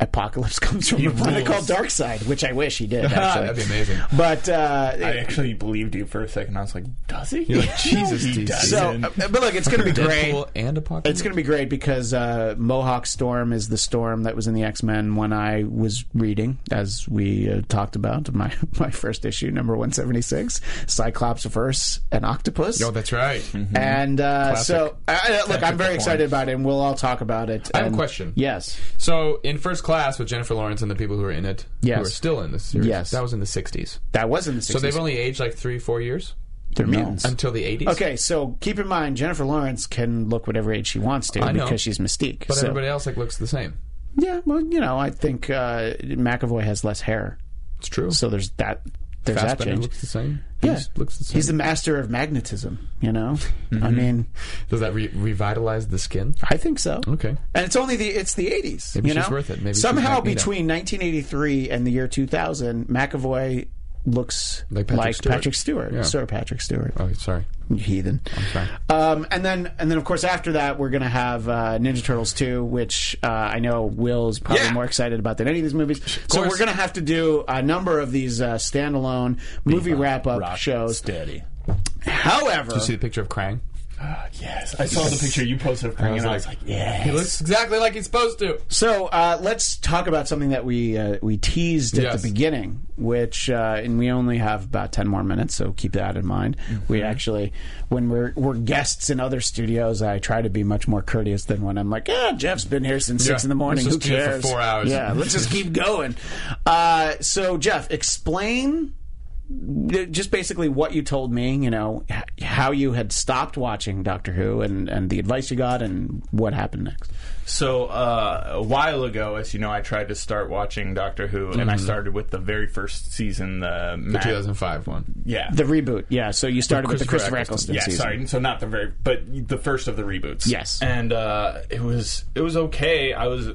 S1: Apocalypse comes from a planet
S2: rules.
S1: called Dark Side, which I wish he did. Actually,
S2: That'd be amazing.
S1: But uh,
S3: I actually believed you for a second. I was like, does he?
S2: You're like, Jesus,
S3: he
S2: DC.
S3: doesn't.
S1: so, uh, but look, it's going to be great.
S2: Deadpool and Apocalypse.
S1: It's going to be great because uh, Mohawk Storm is the storm that was in the X Men when I was reading, as we uh, talked about my my first issue, number one seventy six, Cyclops verse an octopus.
S2: Oh, that's right.
S1: And uh,
S2: Classic.
S1: so, uh, uh, look, I'm very
S3: performance.
S1: excited about it, and we'll all talk about it.
S2: I have a
S1: And-
S2: question.
S1: Yes.
S2: So in first class with Jennifer Lawrence and the people who are in it,
S1: Yes.
S2: who are still in this series,
S1: Yes.
S2: that was in the '60s.
S1: That was in the 60s.
S2: So they've only aged like three, four years
S1: They're mutants.
S2: until the '80s.
S1: Okay, so keep in mind, Jennifer Lawrence can look whatever age she wants to
S2: I know.
S1: because she's Mystique.
S2: but
S1: so,
S2: everybody else like looks the same.
S1: yeah, well, you know, I think uh, McAvoy has less hair,
S2: It's true.
S1: so there's that. There's that
S2: Fassbender
S1: change.
S2: looks the same.
S1: Yeah.
S2: Beast looks the same.
S1: He's the master of magnetism. You know, I
S2: Mm-hmm.
S1: mean,
S2: Does that re- revitalize the skin?
S1: I think so.
S2: Okay.
S1: And it's only the it's the 80s.
S2: Maybe
S1: you
S2: she's
S1: know?
S2: worth it. Maybe she's
S1: somehow
S2: Magneto.
S1: between 1983 and the year 2000, McAvoy looks
S2: Like Patrick Stewart.
S1: Patrick Stewart,
S2: Yeah.
S1: Sir Patrick Stewart.
S2: Oh, sorry.
S1: You heathen.
S2: sorry.
S1: Um, and then, and then, of course, after that, we're going to have uh, Ninja Turtles two, which uh, I know Will's probably
S2: Yeah.
S1: more excited about than any of these movies. So
S2: course.
S1: we're going to have to do a number of these uh, standalone movie wrap up
S3: Rock
S1: shows.
S3: Steady.
S1: However,
S2: See the picture of Krang?
S3: Ah, yes. I saw the picture you posted of
S2: I
S3: Krang,
S2: was
S3: and I was
S2: like,
S3: like, yes.
S2: He looks exactly like he's supposed to.
S1: So uh, let's talk about something that we uh, we teased at
S2: Yes.
S1: the beginning, which uh, and we only have about ten more minutes, so keep that in mind.
S2: Mm-hmm.
S1: We actually, when we're we're guests in other studios, I try to be much more courteous than when I'm like, ah, Jeff's been here since six
S2: Yeah,
S1: in the morning.
S2: let's
S1: Who
S2: just do it for
S1: cares?
S2: four hours."
S1: Yeah, let's just keep going. Uh, so Jeff, explain uh, just basically what you told me, you know, h- how you had stopped watching Doctor Who and, and the advice you got and what happened next.
S3: So uh, a while ago, as you know, I tried to start watching Doctor Who, and I started with the very first season, Mm-hmm. the,
S2: The
S3: Matt,
S2: 2005 one.
S3: yeah,
S1: The reboot, yeah. So you started with the
S2: Christopher
S1: Christopher Eccleston,
S3: yeah,
S1: season.
S3: sorry. So not the very, but the first of the reboots.
S1: Yes.
S3: and uh, it was it was okay. I was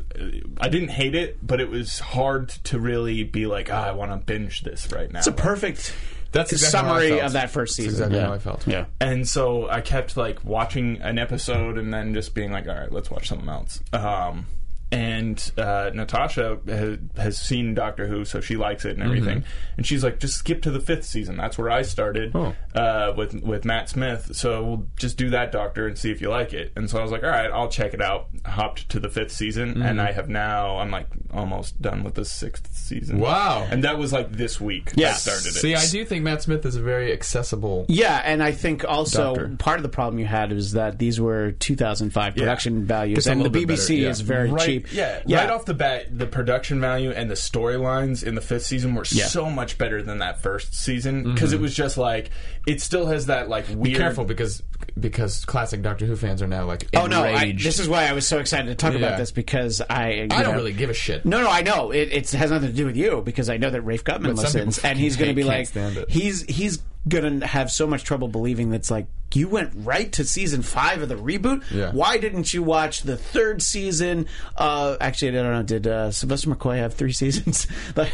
S3: I didn't hate it, but it was hard to really be like, ah, I want to binge this right now.
S1: It's a perfect
S2: That's exactly how I
S1: summary
S2: felt.
S1: of that first season.
S2: exactly
S1: yeah.
S2: how I felt.
S1: Yeah.
S3: and so I kept like watching an episode and then just being like, all right, let's watch something else. Um, and uh, Natasha has, has seen Doctor Who, so she likes it and
S2: Mm-hmm.
S3: everything. And she's like, just skip to the fifth season. That's where I started
S2: Oh.
S3: uh, with with Matt Smith. So we'll just do that Doctor and see if you like it. And so I was like, all right, I'll check it out. Hopped to the fifth season,
S2: Mm-hmm.
S3: and I have now I'm like almost done with the sixth season.
S2: Wow.
S3: And that was like this week. I
S1: Yeah.
S3: started it.
S2: See, I do think Matt Smith is a very accessible.
S1: Yeah, and I think also
S2: Doctor.
S1: part of the problem you had is that these were 2005 production values,
S2: Gets a
S1: and the
S2: little bit
S1: BBC
S2: better, yeah.
S1: is very
S3: right,
S1: cheap.
S3: Yeah,
S1: yeah.
S3: right off the bat, the production value and the storylines in the fifth season were
S1: Yeah. Mm-hmm.
S3: so much better than that first season because it was just like it still has that like weird.
S2: Be careful because because classic Doctor Who fans are now like
S1: Oh no! I,
S2: enraged.
S1: this is why I was so excited to talk
S2: Yeah.
S1: about this because I you
S2: I don't
S1: know-
S2: really give a shit.
S1: No, no, I know it, it has nothing to do with you because I know that Rafe Gutman
S2: But some people
S1: listens, and he's going to
S2: fucking
S1: be
S2: can't
S1: like,
S2: stand it.
S1: he's he's going to have so much trouble believing that's like you went right to season five of the reboot.
S2: Yeah.
S1: Why didn't you watch the third season? Uh, actually, I don't know. Did uh, Sylvester McCoy have three seasons? Like,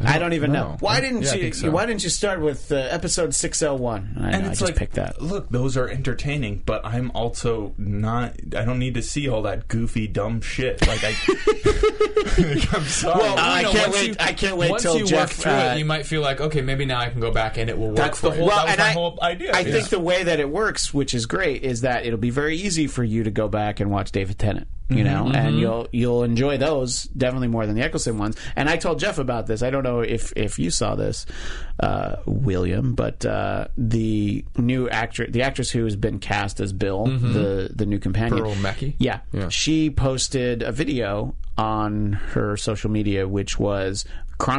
S1: I don't even know.
S2: know.
S1: Why
S2: I-
S1: didn't
S2: yeah, I
S1: you?
S2: think so.
S1: Why didn't you start with uh, episode six hundred one? I, know, I just picked that.
S3: Look, those are entertaining, but I'm also not. I don't need to see all that goofy, dumb shit. Like I, I'm sorry.
S1: Well, I
S2: You know,
S1: can't
S2: once
S1: wait-
S2: you-
S1: I can't wait
S2: once
S1: till
S2: you
S1: Jeff,
S2: work through
S1: uh,
S2: it. You might feel like, okay, maybe now I can go back and it will work.
S3: That's the
S2: for you.
S3: whole-
S1: Well,
S3: that was
S1: and
S3: my
S1: I,
S3: whole idea.
S1: I
S3: Yeah.
S1: think the way that it works, which is great, is that it'll be very easy for you to go back and watch David Tennant. You
S3: Mm-hmm,
S1: know, and you'll you'll enjoy those definitely more than the Eccleston ones. And I told Jeff about this. I don't know if if you saw this, uh, William, but uh, the new actress, the actress who has been cast as Bill,
S3: Mm-hmm.
S1: the the new companion,
S2: Pearl Mackie?
S1: Yeah,
S2: Yeah.
S1: she posted a video on her social media, which was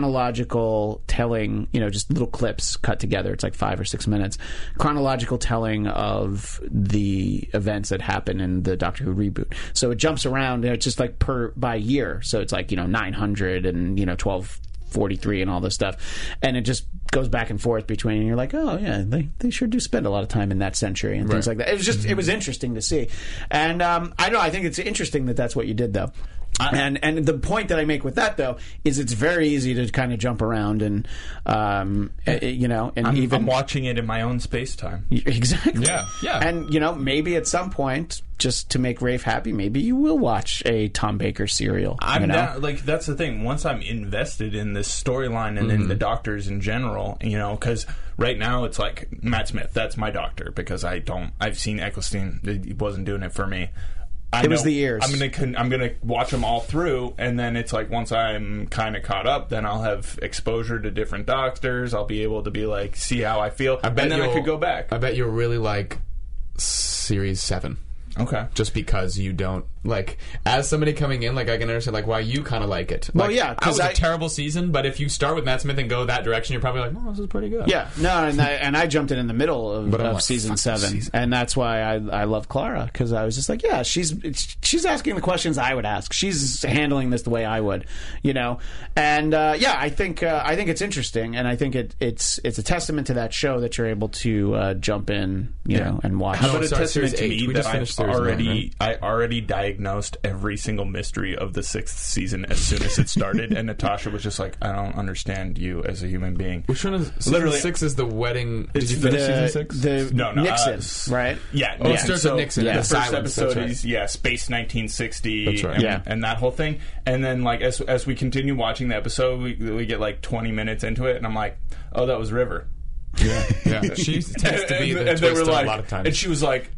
S1: chronological telling, you know, just little clips cut together. It's like five or six minutes. Chronological telling of the events that happen in the Doctor Who reboot. So it jumps around. and It's just like per by year. So it's like you know nine hundred and you know twelve. 43 and all this stuff and it just goes back and forth between and you're like oh yeah they, they sure do spend a lot of time in that century and things like that it was just it was interesting to see and um, i don't know i think it's interesting that that's what you did though and and the point that I make with that though is it's very easy to kind of jump around and um, eh, eh, you know and
S3: I'm,
S1: even
S3: I'm watching it in my own space time.
S1: Exactly.
S2: Yeah, yeah.
S1: And you know, maybe at some point, just to make Rafe happy, maybe you will watch a Tom Baker serial.
S3: I'm
S1: you know?
S3: not- like that's the thing. Once I'm invested in this storyline and
S1: Mm-hmm.
S3: in the doctors in general, you know, because right now it's like Matt Smith. That's my doctor because I don't. I've seen Eccleston. He wasn't doing it for me. I
S1: It was
S3: know-
S1: the years.
S3: I'm gonna con- I'm gonna watch them all through, and then it's like once I'm kind of caught up, then I'll have exposure to different doctors. I'll be able to be like see how I feel,
S2: I bet
S3: and then I
S2: you'll-
S3: could go back.
S2: I bet you'll really like series seven.
S3: okay,
S2: Just because you don't like, as somebody coming in, like I can understand like why you kind of like it.
S1: Well,
S2: Like,
S1: yeah,
S2: I
S1: 'cause
S2: was a
S1: I-
S2: terrible season, but if you start with Matt Smith and go that direction, you're probably like, oh, this is pretty good.
S1: Yeah, no, and I, and I jumped in in the middle of,
S2: But I'm
S1: of
S2: like,
S1: season
S2: fuck
S1: seven,
S2: season.
S1: and that's why I, I love Clara because I was just like, yeah, she's it's- she's asking the questions I would ask. She's handling this the way I would, you know. And uh, yeah, I think uh, I think it's interesting, and I think it, it's it's a testament to that show that you're able to uh, jump in, you know, and watch.
S2: How
S3: but
S2: about
S3: a
S2: sorry,
S3: testament
S2: series
S3: to
S2: eight.
S3: me
S2: We
S3: that
S2: just finished
S3: I've
S2: series nine,
S3: already I already diagnosed every single mystery of the sixth season as soon as it started, and Natasha was just like, "I don't understand you as a human being."
S2: Which one is season
S3: Literally-
S2: six? Is the wedding? Did
S3: It's
S2: you
S3: the-
S2: finish season six?
S1: the, the
S3: No, no, uh,
S1: Nixon, right?
S3: Yeah,
S2: Oh, it starts with Nixon,
S3: Yeah.
S1: yeah.
S3: The first
S2: Silence, that's
S3: episode
S2: right.
S3: is yeah, Space 1960,
S2: That's right.
S3: and,
S1: Yeah.
S3: and that whole thing. And then like as as we continue watching the episode, we, we get like 20 minutes into it, and I'm like, "Oh, that was River."
S2: yeah, she tends to be the
S3: And- and
S2: twist
S3: they were
S2: on
S3: like,
S2: a lot of times.
S3: and she was like,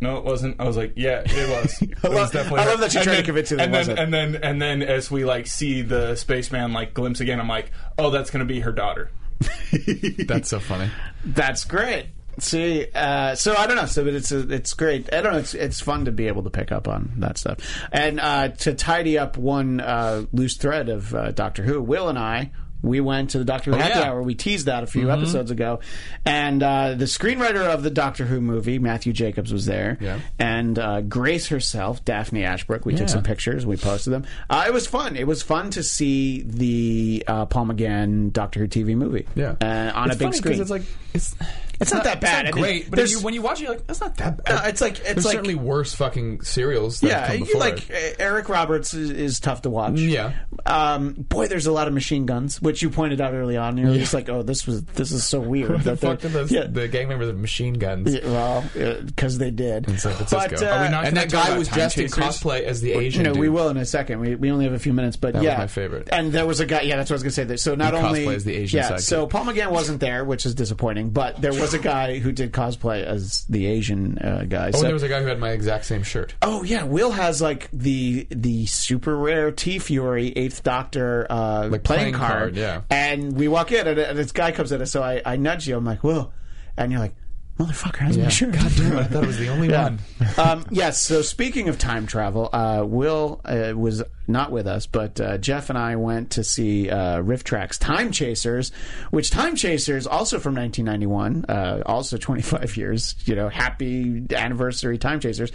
S3: "No, it wasn't." I was like, "Yeah, it was." It
S1: I
S3: was
S1: love-
S3: definitely
S1: I love
S3: her.
S1: that you tried to
S3: then-
S1: convince you that
S3: and
S1: it
S3: then,
S1: wasn't.
S3: And then, and then, as we like see the spaceman like glimpse again, I'm like, "Oh, that's gonna be her daughter."
S2: That's so funny.
S1: That's great. See, uh, so I don't know. So but it's it's great. I don't know. It's it's fun to be able to pick up on that stuff and uh, to tidy up one uh, loose thread of uh, Doctor Who. Will and I. We went to the Doctor Who Happy
S2: Oh, yeah. Mm-hmm.
S1: Hour. We teased that a few episodes ago, and uh, the screenwriter of the Doctor Who movie, Matthew Jacobs, was there,
S2: Yeah.
S1: and uh, Grace herself, Daphne Ashbrook. We
S2: Yeah.
S1: took some pictures. We posted them. Uh, it was fun. It was fun to see the uh, Paul McGann Doctor Who TV movie,
S2: Yeah.
S1: uh, on a
S2: It's
S1: big
S2: funny 'cause
S1: screen.
S2: It's like it's
S1: It's not that bad.
S2: It's
S1: I
S2: not
S1: mean,
S2: great, but if
S1: there's-
S2: you, when you watch it, you're like, that's not that
S1: No,
S2: bad.
S1: it's like it's
S2: There's
S1: like
S2: certainly worse fucking serials. That
S1: yeah,
S2: have come
S1: you
S2: before
S1: like
S2: it.
S1: uh, Eric Roberts is, is tough to watch.
S2: Yeah.
S1: um, boy, there's a lot of machine guns, which you pointed out early on. You're just like, oh, this was this is so weird.
S2: the
S1: that they're-
S2: fuck did those,
S1: yeah,
S2: the gang members of machine guns
S1: yeah, well, because they did.
S2: in San Francisco?
S1: But, uh,
S3: we not
S2: and
S3: gonna
S2: that
S3: talk
S2: guy
S3: about
S2: was
S3: time
S2: dressed in
S3: chasers?
S2: cosplay as the Asian.
S1: no, we
S2: dude.
S1: will in a second. We, we only have a few minutes, but
S2: was
S1: yeah,
S2: my favorite.
S1: And there was a guy. Yeah, that's what I was gonna say. That- So not
S2: He
S1: only
S2: cosplays the Asian
S1: yeah.
S2: sidekick.
S1: So Paul McGann wasn't there, which is disappointing. But there was a guy who did cosplay as the Asian uh, guy.
S2: Oh,
S1: so,
S2: and there was a guy who had my exact same shirt.
S1: Oh yeah, Will has like the the super rare T Fury Eighth Doctor uh, playing,
S2: playing
S1: card,
S2: card, yeah.
S1: And we walk in, and, and this guy comes at us. So I, I nudge you. I'm like, Will, and you're like, motherfucker, that's my shirt.
S2: God damn! I thought it was the only
S1: Oh, Yeah.
S2: one.
S1: um, yes. So speaking of time travel, uh, Will uh, was not with us, but uh, Jeff and I went to see uh, Rift Tracks Time Chasers, which Time Chasers also from 1991, uh, also 25 years. You know, happy anniversary, Time Chasers.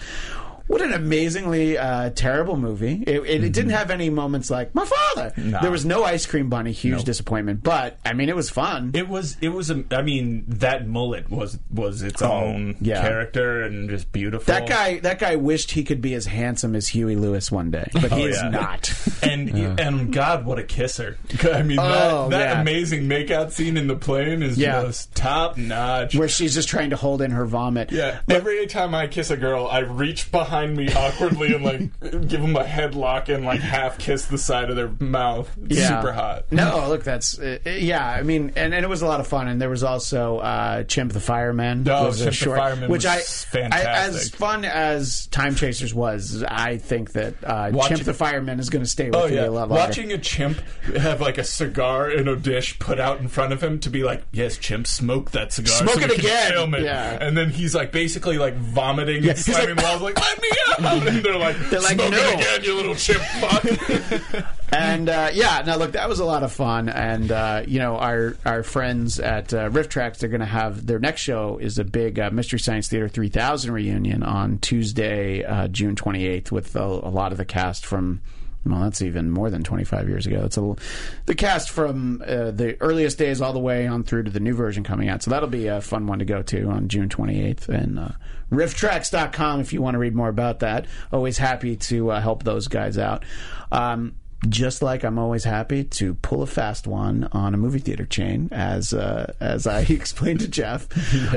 S1: What an amazingly uh, terrible movie! It, it, it
S3: Mm-hmm.
S1: didn't have any moments like my father. There was no ice cream bunny, huge disappointment. But I mean, it was fun.
S3: It was. It was. A, I mean, that mullet was was its own
S1: yeah.
S3: character and just beautiful.
S1: that guy, that guy wished he could be as handsome as Huey Lewis one day, but he's
S3: Oh, yeah.
S1: not.
S3: And and God, what a kisser! I mean,
S1: Oh,
S3: that, that
S1: yeah.
S3: amazing makeout scene in the plane is
S1: Yeah.
S3: just top notch.
S1: where she's just trying to hold in her vomit.
S3: Yeah. Every time I kiss a girl, I reach behind me awkwardly and like give them a headlock and like half kiss the side of their mouth. It's
S1: Yeah.
S3: Super hot.
S1: No, look, that's uh, uh, yeah. I mean, and, and it was a lot of fun, and there was also uh, Chimp the Fireman,
S3: Oh,
S1: was a
S3: Chimp the
S1: short-
S3: Fireman
S1: which
S3: was
S1: I,
S3: fantastic.
S1: I- as fun as Time Chasers was, I think that uh,
S3: Watching-
S1: Chimp the Fireman is going to stay with
S3: Oh
S1: me
S3: yeah,
S1: a lot longer.
S3: watching a chimp have like a cigar in a dish put out in front of him to be like, "Yes, chimp, smoke that cigar,
S1: Smoke
S3: so
S1: it
S3: we can
S1: again!"
S3: film it."
S1: Yeah.
S3: And then he's like, basically like vomiting and
S1: he's
S3: slamming walls, like, "Let me out!" And they're like,
S1: They're like,
S3: "Smoke
S1: "No."
S3: it again, you little chimp fuck."
S1: and uh, yeah, now look, that was a lot of fun, and uh, you know, our our friends at uh, Rift Tracks, they're going to have their next show is a big uh, Mystery Science Theater 3000 reunion on Tuesday, uh, June 28th, with a, a lot of the cast from. Well, that's even more than 25 years ago. It's a little, the cast from uh, the earliest days all the way on through to the new version coming out. So that'll be a fun one to go to on June 28th. And uh, rifftracks.com if you want to read more about that. Always happy to uh, help those guys out. Um, just like I'm always happy to pull a fast one on a movie theater chain, as uh, as I explained to Jeff,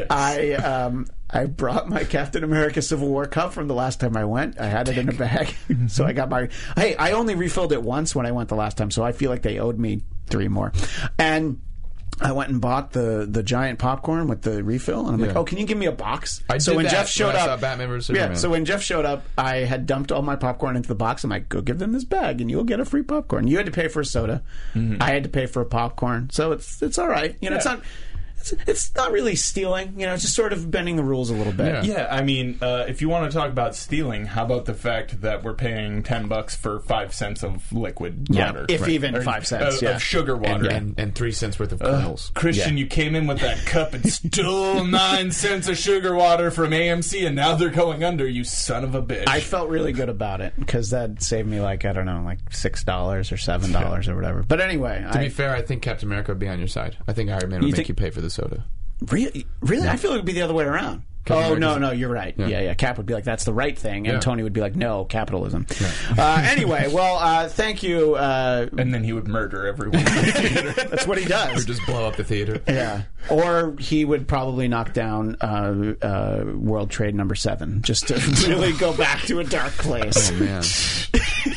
S1: I um, I brought my Captain America Civil War cup from the last time I went. I had it in a bag,
S2: Mm-hmm.
S1: so I got my. Hey, I only refilled it once when I went the last time, so I feel like they owed me three more, and. I went and bought the the giant popcorn with the refill, and I'm like,
S2: Yeah.
S1: "Oh, can you give me a box?"
S2: I
S1: so
S2: did
S1: when
S2: that
S1: Jeff showed
S2: when I
S1: up,
S2: saw Batman versus
S1: yeah.
S2: Superman.
S1: So when Jeff showed up, I had dumped all my popcorn into the box. I'm like, "Go give them this bag, and you'll get a free popcorn." You had to pay for a soda.
S2: Mm-hmm.
S1: I had to pay for a popcorn, so it's it's all right. You know, it's
S3: Yeah.
S1: not it's, it's not really stealing. You know, it's just sort of bending the rules a little bit.
S2: Yeah.
S3: Yeah, I mean, uh, if you want to talk about stealing, how about the fact that we're paying ten bucks for five cents of liquid water,
S1: if even five cents,
S3: of,
S1: yeah.
S3: of sugar water?
S2: and, and three cents worth of kernels.
S3: Christian, you came in with that cup and stole nine cents of sugar water from AMC, and now they're going under. You son of a bitch!
S1: I felt really good about it because that saved me like I don't know, like six dollars or seven dollars or whatever. But anyway,
S2: to
S1: I
S2: be fair, I think Captain America would be on your side. I think Iron Man would
S1: You
S2: make
S1: think-
S2: you pay for the soda.
S1: really, really, I feel it would be the other way around.
S2: Captain
S1: oh no,
S2: America's-
S1: no, you're right. Yeah. yeah, Cap would be like, "That's the right thing," and
S2: Yeah.
S1: Tony would be like, "No, capitalism." Uh, anyway, well, uh, thank you. Uh,
S3: and then he would murder everyone.
S1: that's what he does.
S2: Just blow up the theater.
S1: Yeah. Or he would probably knock down uh, uh, World Trade Number Seven just to really go back to a dark place.
S2: Oh, man.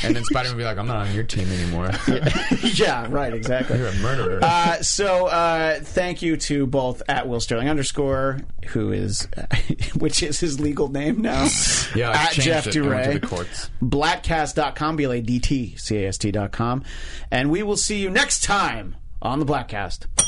S2: and then Spider Man would be like, I'm not on your team anymore.
S1: yeah, right. Exactly.
S2: You're a murderer.
S1: Uh, so uh, thank you to both at Will Sterling underscore who is which is his legal name now.
S2: yeah, I
S1: at
S2: changed
S1: Jeff
S2: it. I went
S1: Duray.
S2: to the courts.
S1: Blackcast.com, B L A D T C A S T.com. And we will see you next time on the Blackcast.